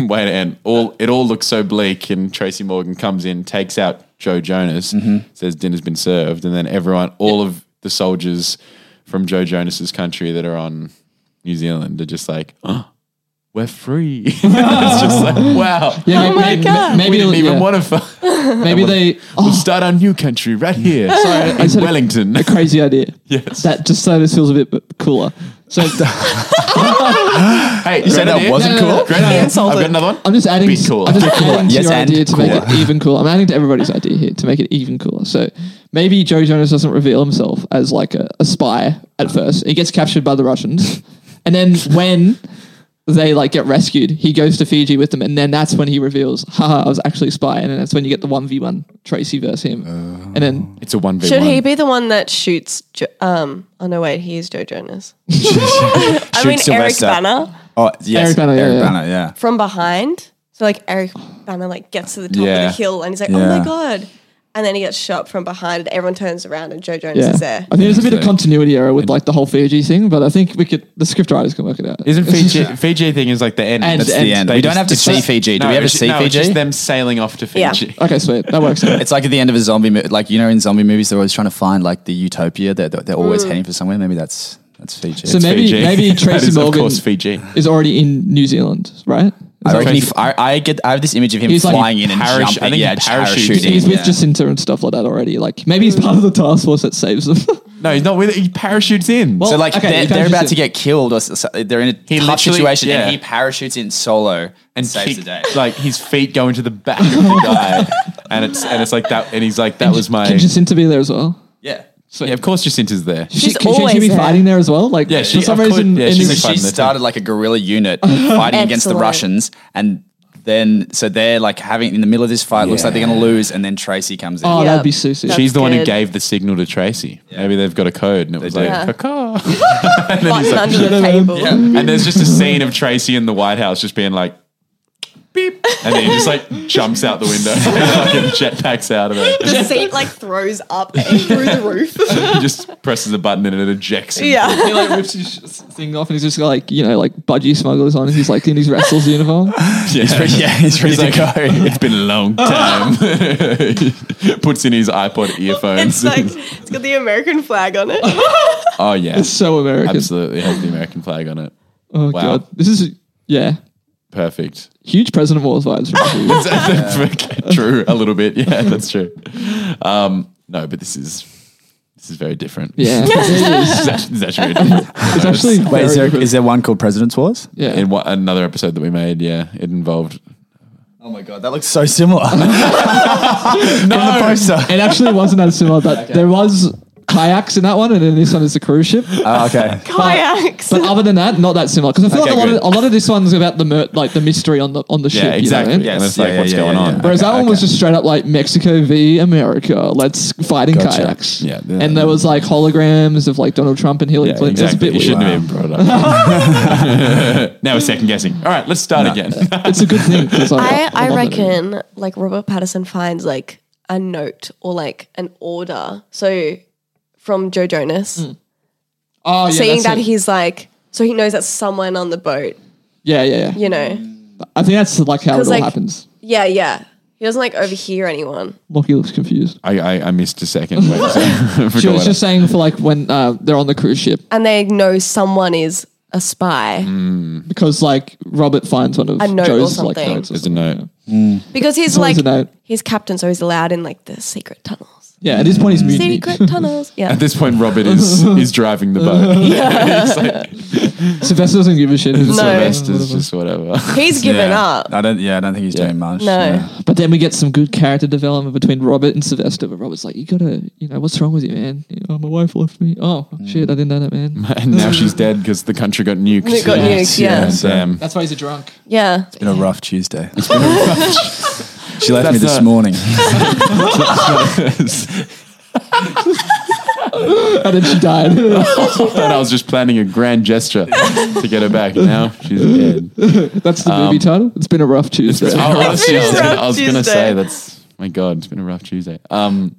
way to end. All it all looks so bleak, and Tracy Morgan comes in, takes out Joe Jonas,
Mm-hmm.
says dinner's been served, and then everyone, all of the soldiers from Joe Jonas's country that are on New Zealand, are just like, oh, we're free. it's just like, wow.
Yeah,
Oh my
maybe,
God.
Maybe,
we didn't
it'll-
even
yeah.
want to. Fu-
maybe they.
we'll
Oh,
start our new country right here Sorry,
I
in
said-
Wellington.
a crazy idea.
Yes.
That just so this feels a bit b- cooler. So
hey, you
said that wasn't
No, no, no.
Great idea. I've got another one.
I'm just adding.
Be cool.
I'm just adding to
Yes,
your
and
idea to make it
cooler.
even cooler. I'm adding to everybody's idea here to make it even cooler. So maybe Joe Jonas doesn't reveal himself as like a, a spy at first. He gets captured by the Russians, and then when they like get rescued, he goes to Fiji with them, and then that's when he reveals, "Haha, I was actually a spy." And then that's when you get the one v one Tracy versus him, and then
It's a one v
Should he
one.
be the one that shoots? Jo- um, oh no, wait, he is Joe Jonas. I
Shoot
mean, Eric
Sylvester.
Banner
Oh, yes.
Eric Banner, yeah, yeah.
Banner, yeah.
from behind. So like Eric Banner like gets to the top
Yeah.
of the hill and he's like,
Yeah.
oh my god, and then he gets shot from behind. And everyone turns around and Joe Jonas
yeah,
is there.
I think there's a bit of continuity error with like the whole Fiji thing, but I think we could the scriptwriters can work it out.
Isn't Fiji, Fiji thing is like the end.
And-
That's
and
the end.
They
We
just-
don't have to
it's
see
just-
Fiji. Do
no,
we ever
it's ju-
see
no, it's
Fiji?
just them sailing off to
Yeah.
Fiji.
Okay, sweet, that works. out.
It's like at the end of a zombie movie. Like, you know, in zombie movies, they're always trying to find like the utopia. They're, they're, they're
Mm.
always heading for somewhere. Maybe that's that's Fiji.
So maybe
Fiji.
maybe
That
Tracy
is,
Morgan
Of course, Fiji.
is already in New Zealand, right? Is
I
that
reckon
right?
he, f- I, I get. I have this image of him
He's like-
flying in and
Parachute-
jumping.
I think he
yeah,
parachutes.
parachuting.
He's with
yeah.
Jacinta and stuff like that already. Like maybe he's part of the task force that saves them.
No, he's not with it. He parachutes in.
Well-
So like
Okay,
they're,
you can't
they're
just
about
do-
to get killed, or s- s- they're in a
He
tough
literally-
situation,
yeah.
and he parachutes in solo and saves
kick-
the day.
Like his feet go into the back of the guy, and it's and it's like that. And he's like, that was my.
Can Jacinta be there as well?
yeah.
yeah, of course, Jacinta's there.
She-
She's
can, she-
always
she be
there.
fighting there as well? Like
Yeah, she-
for some
of course-
reason
yeah,
in
she's
this-
fun,
she
though.
started like a guerrilla unit fighting against the
Excellent.
Russians, and then so they're like having in the middle of this fight. Looks like they're going to lose, and then Tracy comes in.
oh,
Yeah.
that'd be so sick.
That's
She's the one who
good.
gave the signal to Tracy. Maybe they've got a code, and it was
do.
like,
Yeah.
"Caw-caw."
Button under the table.
and there's just a scene of Tracy in the White House just being like, beep, and then he just like jumps out the window, and like, jetpacks out of it,
The seat like throws up and through the roof.
He just presses a button and it ejects. Him.
yeah.
he like rips his sh- thing off and he's just got like you know like budgie smugglers on and he's like in his wrestler's uniform.
yeah.
yeah, he's ready to
like-
go.
It's been a long time. Puts in his iPod
It's
earphones.
like it's got the American flag on it.
oh yeah,
So American.
absolutely has the American flag on it.
Oh
Wow.
god, this is yeah,
Perfect.
huge President Wars vibes. From this.
true, a little bit. Yeah, that's true. Um, no, but this is this is very different.
yeah,
this is actually, this is actually very different.
it's actually
Wait, is
very
there,
good.
is there one called President's Wars?
yeah.
In what, another episode that we made, yeah, it involved.
Oh my god, that looks so similar. no, the poster.
It actually wasn't as similar, but there was kayaks in that one, and in this one is the cruise ship.
Oh, okay.
Kayaks.
But other than that, not that similar. Because I feel
Okay,
like a lot,
good.
of, a lot of this one's about the mer- like the mystery on the on the ship.
Yeah, exactly.
You know what I mean?
And
Yes,
it's like,
yeah,
what's
yeah,
going
yeah,
on?
yeah.
Whereas that one was
okay.
just straight up like Mexico v America. Let's fight in
Gotcha.
kayaks.
Yeah, yeah.
and there was like holograms of like Donald Trump and Hillary
Yeah,
Clinton.
exactly. You
It's a bit
shouldn't
weird.
have even brought it up. now we're second guessing. All right, let's start again.
It's a good thing. 'cause
I,
love
I
that movie.
reckon like Robert Patterson finds like a note or like an order. So from Joe Jonas,
Oh, Mm. yeah,
seeing
that's
that
it.
he's like, so he knows that someone on the boat,
yeah, yeah, yeah.
you know.
I think that's like how it all
'Cause, like-
happens.
Yeah, yeah. He doesn't like overhear anyone.
Lockie looks confused.
I, I, I missed a second. Wait, so I
She
forgot
was
what I-
just saying for like when uh, they're on the cruise ship
And they know someone is a spy
Mm. because like Robert finds one of
A note or
Joe's like
something.
notes. Or
There's a note.
because he's
always
like,
a note.
he's captain, so he's allowed in like the secret tunnels.
Yeah, at this point he's mutiny.
Secret tunnels. Yeah.
At this point, Robert is is driving the boat. It's like,
Sylvester doesn't give a shit.
Sylvester's just whatever.
He's given
yeah.
up.
I don't. Yeah, I don't think he's
Yeah.
doing much.
No.
Yeah.
But then we get some good character development between Robert and Sylvester. But Robert's like, you gotta, you know, what's wrong with you, man? You know, my wife left me. Oh, shit, I didn't know that, man.
And now she's dead because the country got nuked.
It got nuked, yeah.
So-
Damn.
That's why he's a drunk.
Yeah.
Been a rough Tuesday. she left me
That's
this
not-
morning.
And then she died.
and I was just planning a grand gesture to get her back. Now she's dead.
That's the movie title. Um, It's been a rough Tuesday.
I was,
been a rough
gonna- I was gonna
Tuesday.
say that's my God. It's been a rough Tuesday. Um,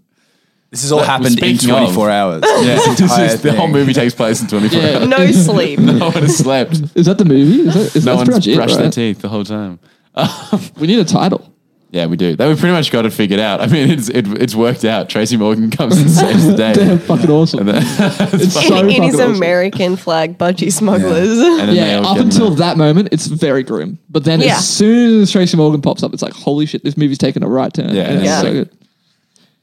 This has all
Well,
happened in
speaking of-
24 hours.
yeah, this
entire
is, the whole
thing.
movie takes place in 24
Yeah.
hours.
No sleep.
No one has slept.
Is that the movie? Is that, is
No
that's
one's
pretty much
brushed
it,
their
right?
teeth the whole time.
We need a title.
Yeah, we do. They we pretty much got it figured out. I mean, it's it, it's worked out. Tracy Morgan comes and saves the day.
They're fucking awesome. it's so
it
fucking
is
awesome.
American flag budgie smugglers.
And then they
Yeah,
all
up
get in
until
there.
that moment, it's very grim. But then
Yeah.
as soon as Tracy Morgan pops up, it's like, holy shit, this movie's taken a right turn.
Yeah,
And it's
yeah.
so good.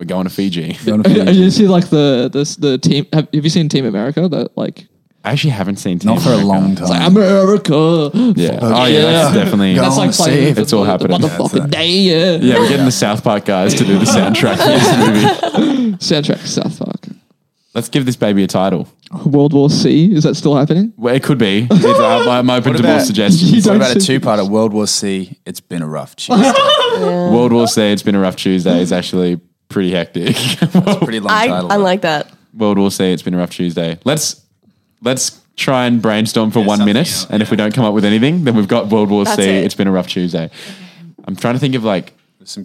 we're going to Fiji.
And you see like the this the team. Have, have you seen Team America? That like
I actually haven't seen Team
Not for a
America.
long time.
America.
Yeah. Oh yeah, that's definitely.
Go
That's like
on,
playing
save.
the-
It's all
the
happening.
Motherfucking day. Yeah.
Yeah, we're getting the South Park guys to do the soundtrack for this movie.
Soundtrack South Park.
Let's give this baby a title.
World War C. Is that still happening?
Well, it could be. It's, I'm, I'm open to more
about-
suggestions.
You
What
don't
about a
see-
two part of World War C? It's been a rough Tuesday.
World War C. It's been a rough Tuesday. Is actually pretty hectic.
Pretty long
I,
title.
I like that.
World War C. It's been a rough Tuesday. Let's let's try and brainstorm for one
something
minute,
else,
and if we don't come up with anything, then we've got World War
That's
C.
it.
has been a rough Tuesday. I'm trying to think of like
some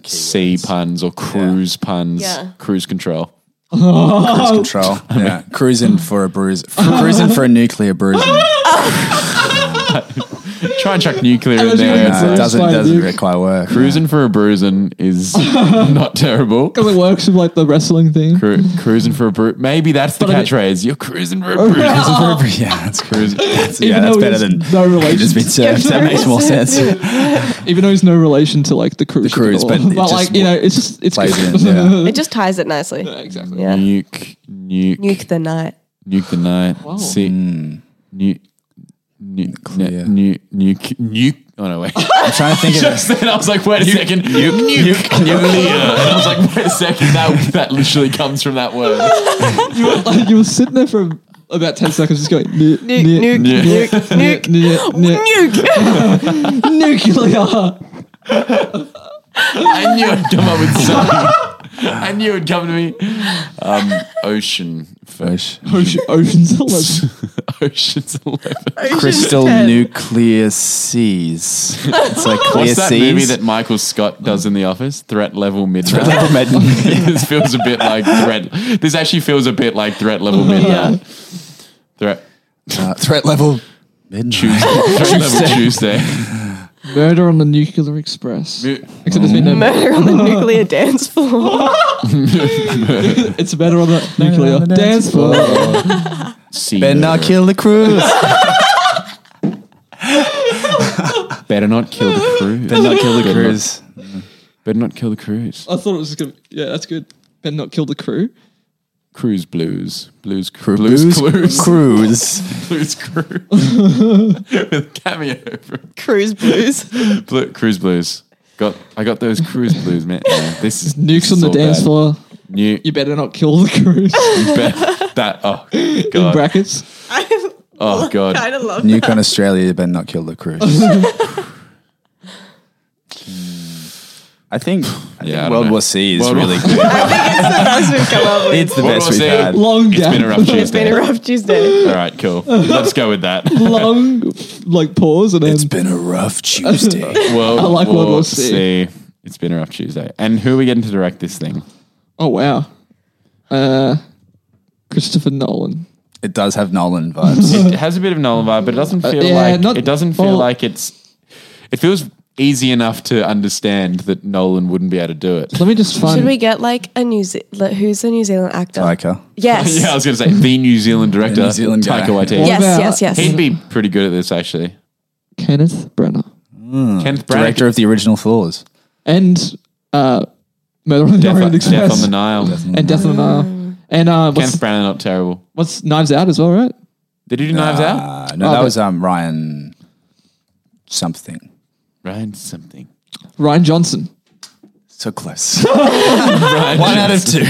sea
key
puns or cruise puns,
Yeah.
cruise control.
cruise control. Yeah, cruising for a bruise, cruising for a nuclear bruise. uh,
Try and chuck nuclear in
was gonna
there.
say-
No, it doesn't
Fine,
doesn't
Luke.
really quite work.
Cruising for a bruising is not terrible.
Because it works with like the wrestling thing.
Cru- cruising for a bru- maybe that's the
But I mean-
catchphrase. You're cruising for a bruise.
Cruising for a bruise. Yeah, that's cruising. That's, yeah,
Even
that's
though
better
it's
than
no
You've
relation.
just been served. That makes more sense.
Even though it's no relation to like the cruise. ship at
cruise,
all.
but it just
like you know, it's just it's
plays
good.
in, yeah.
It just ties it nicely.
exactly.
Yeah.
Nuke, nuke, nuke,
Nuke the night.
the night. See, nuke, nuke,
Nuclear.
nuke, nuke, nuke. Oh no, wait.
I'm trying to think of
then I was like, wait a second, nuke, nuke, nuclear. And I was like, wait a second, that that literally comes from that word.
You were, like, you were sitting there for about ten seconds, just going nuke,
Nuke, nuke, nuke, nuke, nuke. Nuke.
nuclear.
I knew I'd come up with something. I knew it'd come to me. Um, ocean,
Bush.
Ocean, oceans eleven.
ocean's eleven.
crystal nuclear seas. It's like clear
What's that
seas.
movie that Michael Scott does in The Office? Threat Level Midnight.
Level Midnight.
this feels a bit like threat. This actually feels a bit like Threat Level Midnight. Threat,
uh, threat level midnight.
threat Level Tuesday.
Murder on the Nuclear Express. Except there's been no.
Murder on the nuclear dance floor.
It's better on the nuclear dance floor.
See
Better not kill the cruise.
Better not kill the cruise.
Better not kill the cruise.
Better not kill the cruise.
I thought it was gonna. Yeah, that's good. Better not kill the crew.
Cruise blues. Blues cruise. Blues clues.
Cruise.
Blues cruise. With a cameo from
Cruise blues.
Blue, Cruise Blues. Got I got those cruise blues, man. Yeah, this is
Nukes
this
on
is
the
all
dance
bad.
floor.
New,
You better not kill the crew.
bet that oh
In
god
brackets.
I
oh god
kind of love
Nuke on Australia. You better not kill the Hmm. cruise. I think, I
Yeah, I
think
don't
World
know.
War C is
World War-
really good.
that we've come up with.
It's the
World
best
War
we've
C.
had.
Long
It's been a rough
gap.
Tuesday.
It's been a rough Tuesday.
All right, cool. Let's go with that.
Long like pause and then
It's been a rough Tuesday.
Well,
I like World War C.
It's been a rough Tuesday. And who are we getting to direct this thing?
oh wow. Uh, Christopher Nolan.
it does have Nolan vibes.
It has a bit of Nolan vibe, but it doesn't feel
Uh, yeah,
like
not-
it doesn't feel
well-
like it's. It feels easy enough to understand that Nolan wouldn't be able to do it.
Let me just find.
Should we get like a New Ze- like, who's the New Zealand actor?
Taika.
Yes.
yeah, I was going to say the New Zealand director,
New Zealand guy.
Taika Waititi.
What
Yes,
about-
yes, yes,
He'd be pretty good at this, actually.
Kenneth Brenner
Kenneth Branagh,
Oh, Director of the original Fours.
and uh, Murder on the
Death,
Orient
Death
Express
on the Nile.
and Death on the
Mm.
Nile. And uh, what's,
Kenneth Branagh, not terrible.
what's Knives Out as well, right?
Did he do Knives Out?
Uh, no,
Oh,
that
but-
was um, Ryan something.
Ryan something.
Ryan Johnson.
So close. One out of two.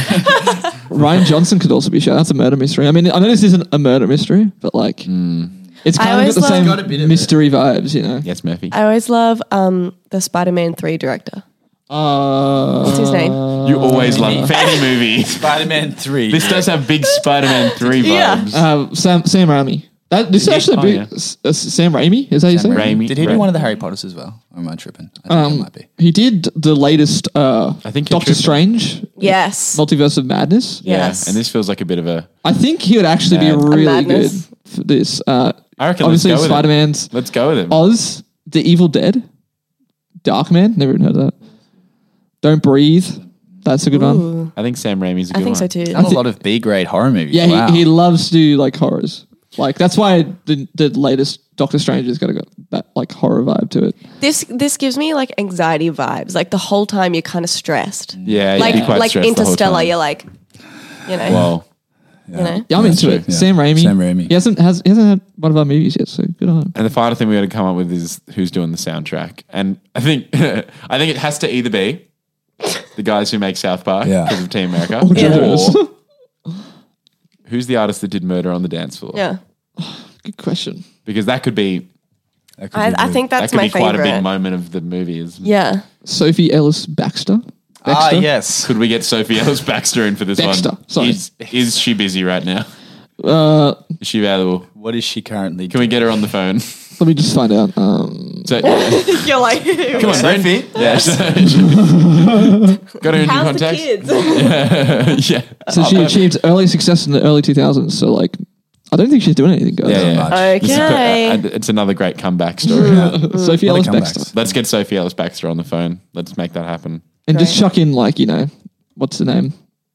Ryan Johnson could also be shout out to murder mystery. I mean, I know this isn't a murder mystery, but like,
Mm.
it's
I
kind of
always
got the
love-
same
Got
mystery vibes, you know.
Yes, Murphy.
I always love um, the Spider Man 3 director.
Uh,
What's his name?
you always
Uh,
love Fanny movie.
Spider Man 3.
This does have big Spider-Man 3 vibes.
Yeah.
uh, Sam Sam Raimi. That this is
he-
actually a
oh,
big
yeah.
S- uh, Sam Raimi. Is that you say?
Raimi.
Did he
Raimi.
do one of the Harry Potters as well? Or am I tripping? I think
Um,
it might be.
He did the latest. Uh, I
think he
Doctor
tripped.
Strange,
Yes.
Multiverse of Madness.
Yeah,
Yes.
and this feels like a bit of a.
I think he would actually
Mad-
be
A
really good
madness.
for this. Uh,
I reckon.
obviously,
let's go
Spider
Spider-Man.
Man's
Let's go with him.
Oz, The Evil Dead, Dark Man. Never even heard of that. Don't breathe. That's a good one.
Ooh,
I think Sam Raimi's a
I
good
think
one.
so too.
Done a lot of B grade horror movies.
Yeah,
wow.
he, he loves to do like horrors. Like that's why the the latest Doctor Strange has got a, that like horror vibe to it.
This this gives me like anxiety vibes. Like the whole time you're kind of stressed.
Yeah,
like
you'd be quite
like
stressed the whole
Interstellar,
time.
you're like, you know,
Well,
you know.
Yeah, I'm into
true,
it.
yeah.
Sam Raimi.
Sam Raimi.
He hasn't has he hasn't had one of our movies yet, so good on him.
and the final thing we got to come up with is who's doing the soundtrack. And I think I think it has to either be the guys who make South Park
Yeah.
because of Team America,
Yeah. Jonas.
or who's the artist that did Murder on the Dance Floor?
Yeah,
Good question.
Because that could be
That could
I,
be
I
good.
think that's
that could
my
be quite
favorite.
a big moment of the movie. Is
yeah,
Sophie Ellis Baxter.
Ah,
Baxter?
yes.
could we get Sophie Ellis Baxter in for this
Baxter,
one?
sorry.
Is, is she busy right now?
Uh,
Is she available?
What is she currently
Can we
doing?
get her on the phone?
let me just find out. Um,
So, come
you're like,
on, Sophie. Yeah, got her in
how's the
contact.
kids?
yeah.
so she achieved early success in the early 2000s. So like, I don't think she's doing anything good.
Yeah, yeah.
okay,
And It's another great comeback story.
Mm,
Sophie Ellis Baxter.
comebacks.
Let's get Sophie Ellis Baxter on the phone. Let's make that happen.
And just
Great.
chuck in like you know, what's the name?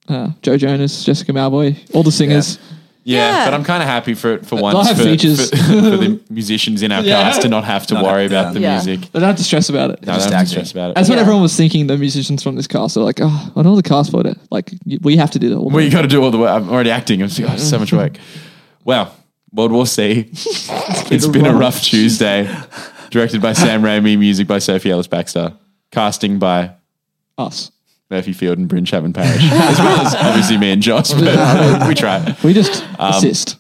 Uh, Joe Jonas, Jessica Malboy, all the singers.
Yeah,
Yeah.
but I'm kind of happy for it for
They'll
once
have
for,
features.
for, for the musicians in our
Yeah.
cast to not have to
Not
worry
have-
about the
yeah.
music.
They don't have to stress about it.
I
Just
don't have to
acting.
stress about it.
That's what
Yeah.
everyone was thinking. The musicians from this cast are like, oh, I know the cast for it. Like y- we have to do that. All the
Well, you got to do all the work. I'm already acting. I'm just, oh, so much work. Wow, World War C. it's been a rough Tuesday. Directed by Sam Raimi, music by Sophie Ellis Baxter, casting by
us.
Murphy Field and Bryn Chapman Parish, as well as obviously me and Josh. But we try.
We just
Um,
assist.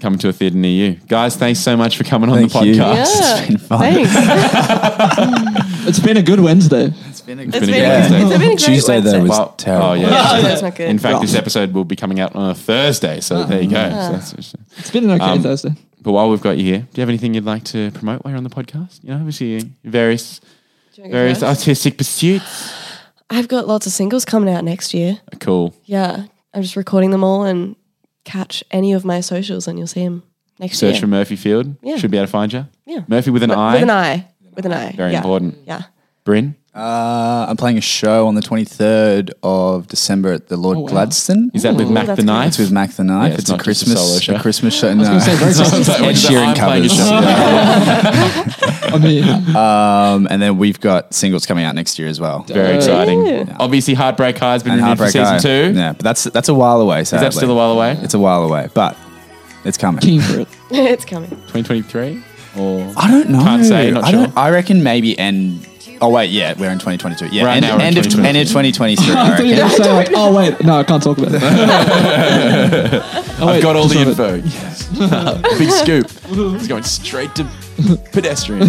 Coming to a theatre near you, guys. Thanks so much for coming on the
Thank you.
podcast.
yeah,
been fun.
thanks.
It's been a good Wednesday.
It's been a
It's
been
been,
a
a-
good
it's been a great
Tuesday,
Wednesday.
though, was
Well,
terrible.
oh, yeah.
Oh, that's not good.
In fact, this episode will be coming out on a Thursday, so there you go. So that's-
It's been an okay
Um,
Thursday.
but while we've got you here, do you have anything you'd like to promote while you're on the podcast? You know, obviously uh, various
Do you wanna go
various
first?
artistic pursuits.
I've got lots of singles coming out next year.
Cool.
Yeah, I'm just recording them all and catch any of my socials and you'll see them next
Search
year.
for Murphy Field.
Yeah.
Should be able to find you.
Yeah.
Murphy with an I.
With an eye. With an eye.
Very
yeah.
important.
Yeah.
Bryn.
Uh, I'm playing a show on the 23rd of December at the Lord
wow.
Gladstone.
Oh, Is that with Mac
that's
the
good.
Knife?
It's with Mac the Knife.
Yeah, it's
it's a
not just a
Christmas
solo show.
a Christmas show.
uh,
No.
I was
It's
gonna say,
Ed
When's the
Sheeran
I'm playing
covers.
a show?
I mean,
Um, and then we've got singles coming out next year as well.
Very exciting.
Yeah.
Obviously, Heartbreak High has been
And
renewed for
Heartbreak
season
Eye.
two.
Yeah, but that's that's a while away.
Is that still a while away?
It's a while away, but it's coming.
keen for it.
it's coming.
2023? Or
I don't know.
Can't say, not
I
sure.
don't. I reckon maybe end. Oh wait, yeah, we're in 2022. Yeah,
Right
end,
now we're in
end of end of 2023. I
I thought you were
reckon.
gonna say like, oh wait, no, I can't talk about it. Oh,
I've got all the
just
info. Yes. Big scoop. It's going straight to pedestrian.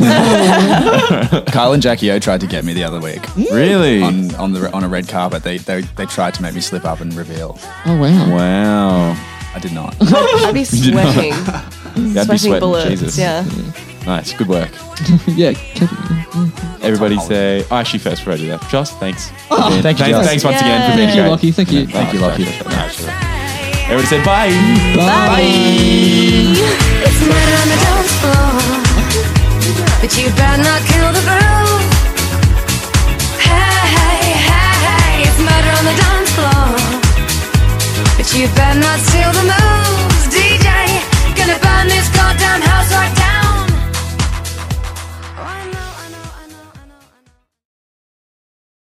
Kyle and Jackie O tried to get me the other week
really?
on on the on a red carpet. They they they tried to make me slip up and reveal.
Oh wow.
Wow.
I did not.
I'd be sweating.
That'd be
sweating
sweating.
bullets.
Jesus.
Yeah.
Nice. Good work.
Yeah, Kevin.
Everybody say, oh, actually, first before I do that. Josh, thanks.
Oh.
thank
you, Joss.
Thanks, thanks once again for being
Yay.
Thank you,
great. Thank
Lockie. Thank you.
you, Lockie. Everybody say bye.
It's murder on the dance floor. But you better not kill the groove. Hey, hey, hey, it's murder on the dance floor. But you better not steal the moves, DJ. Gonna burn this goddamn house right down. Oh, I know.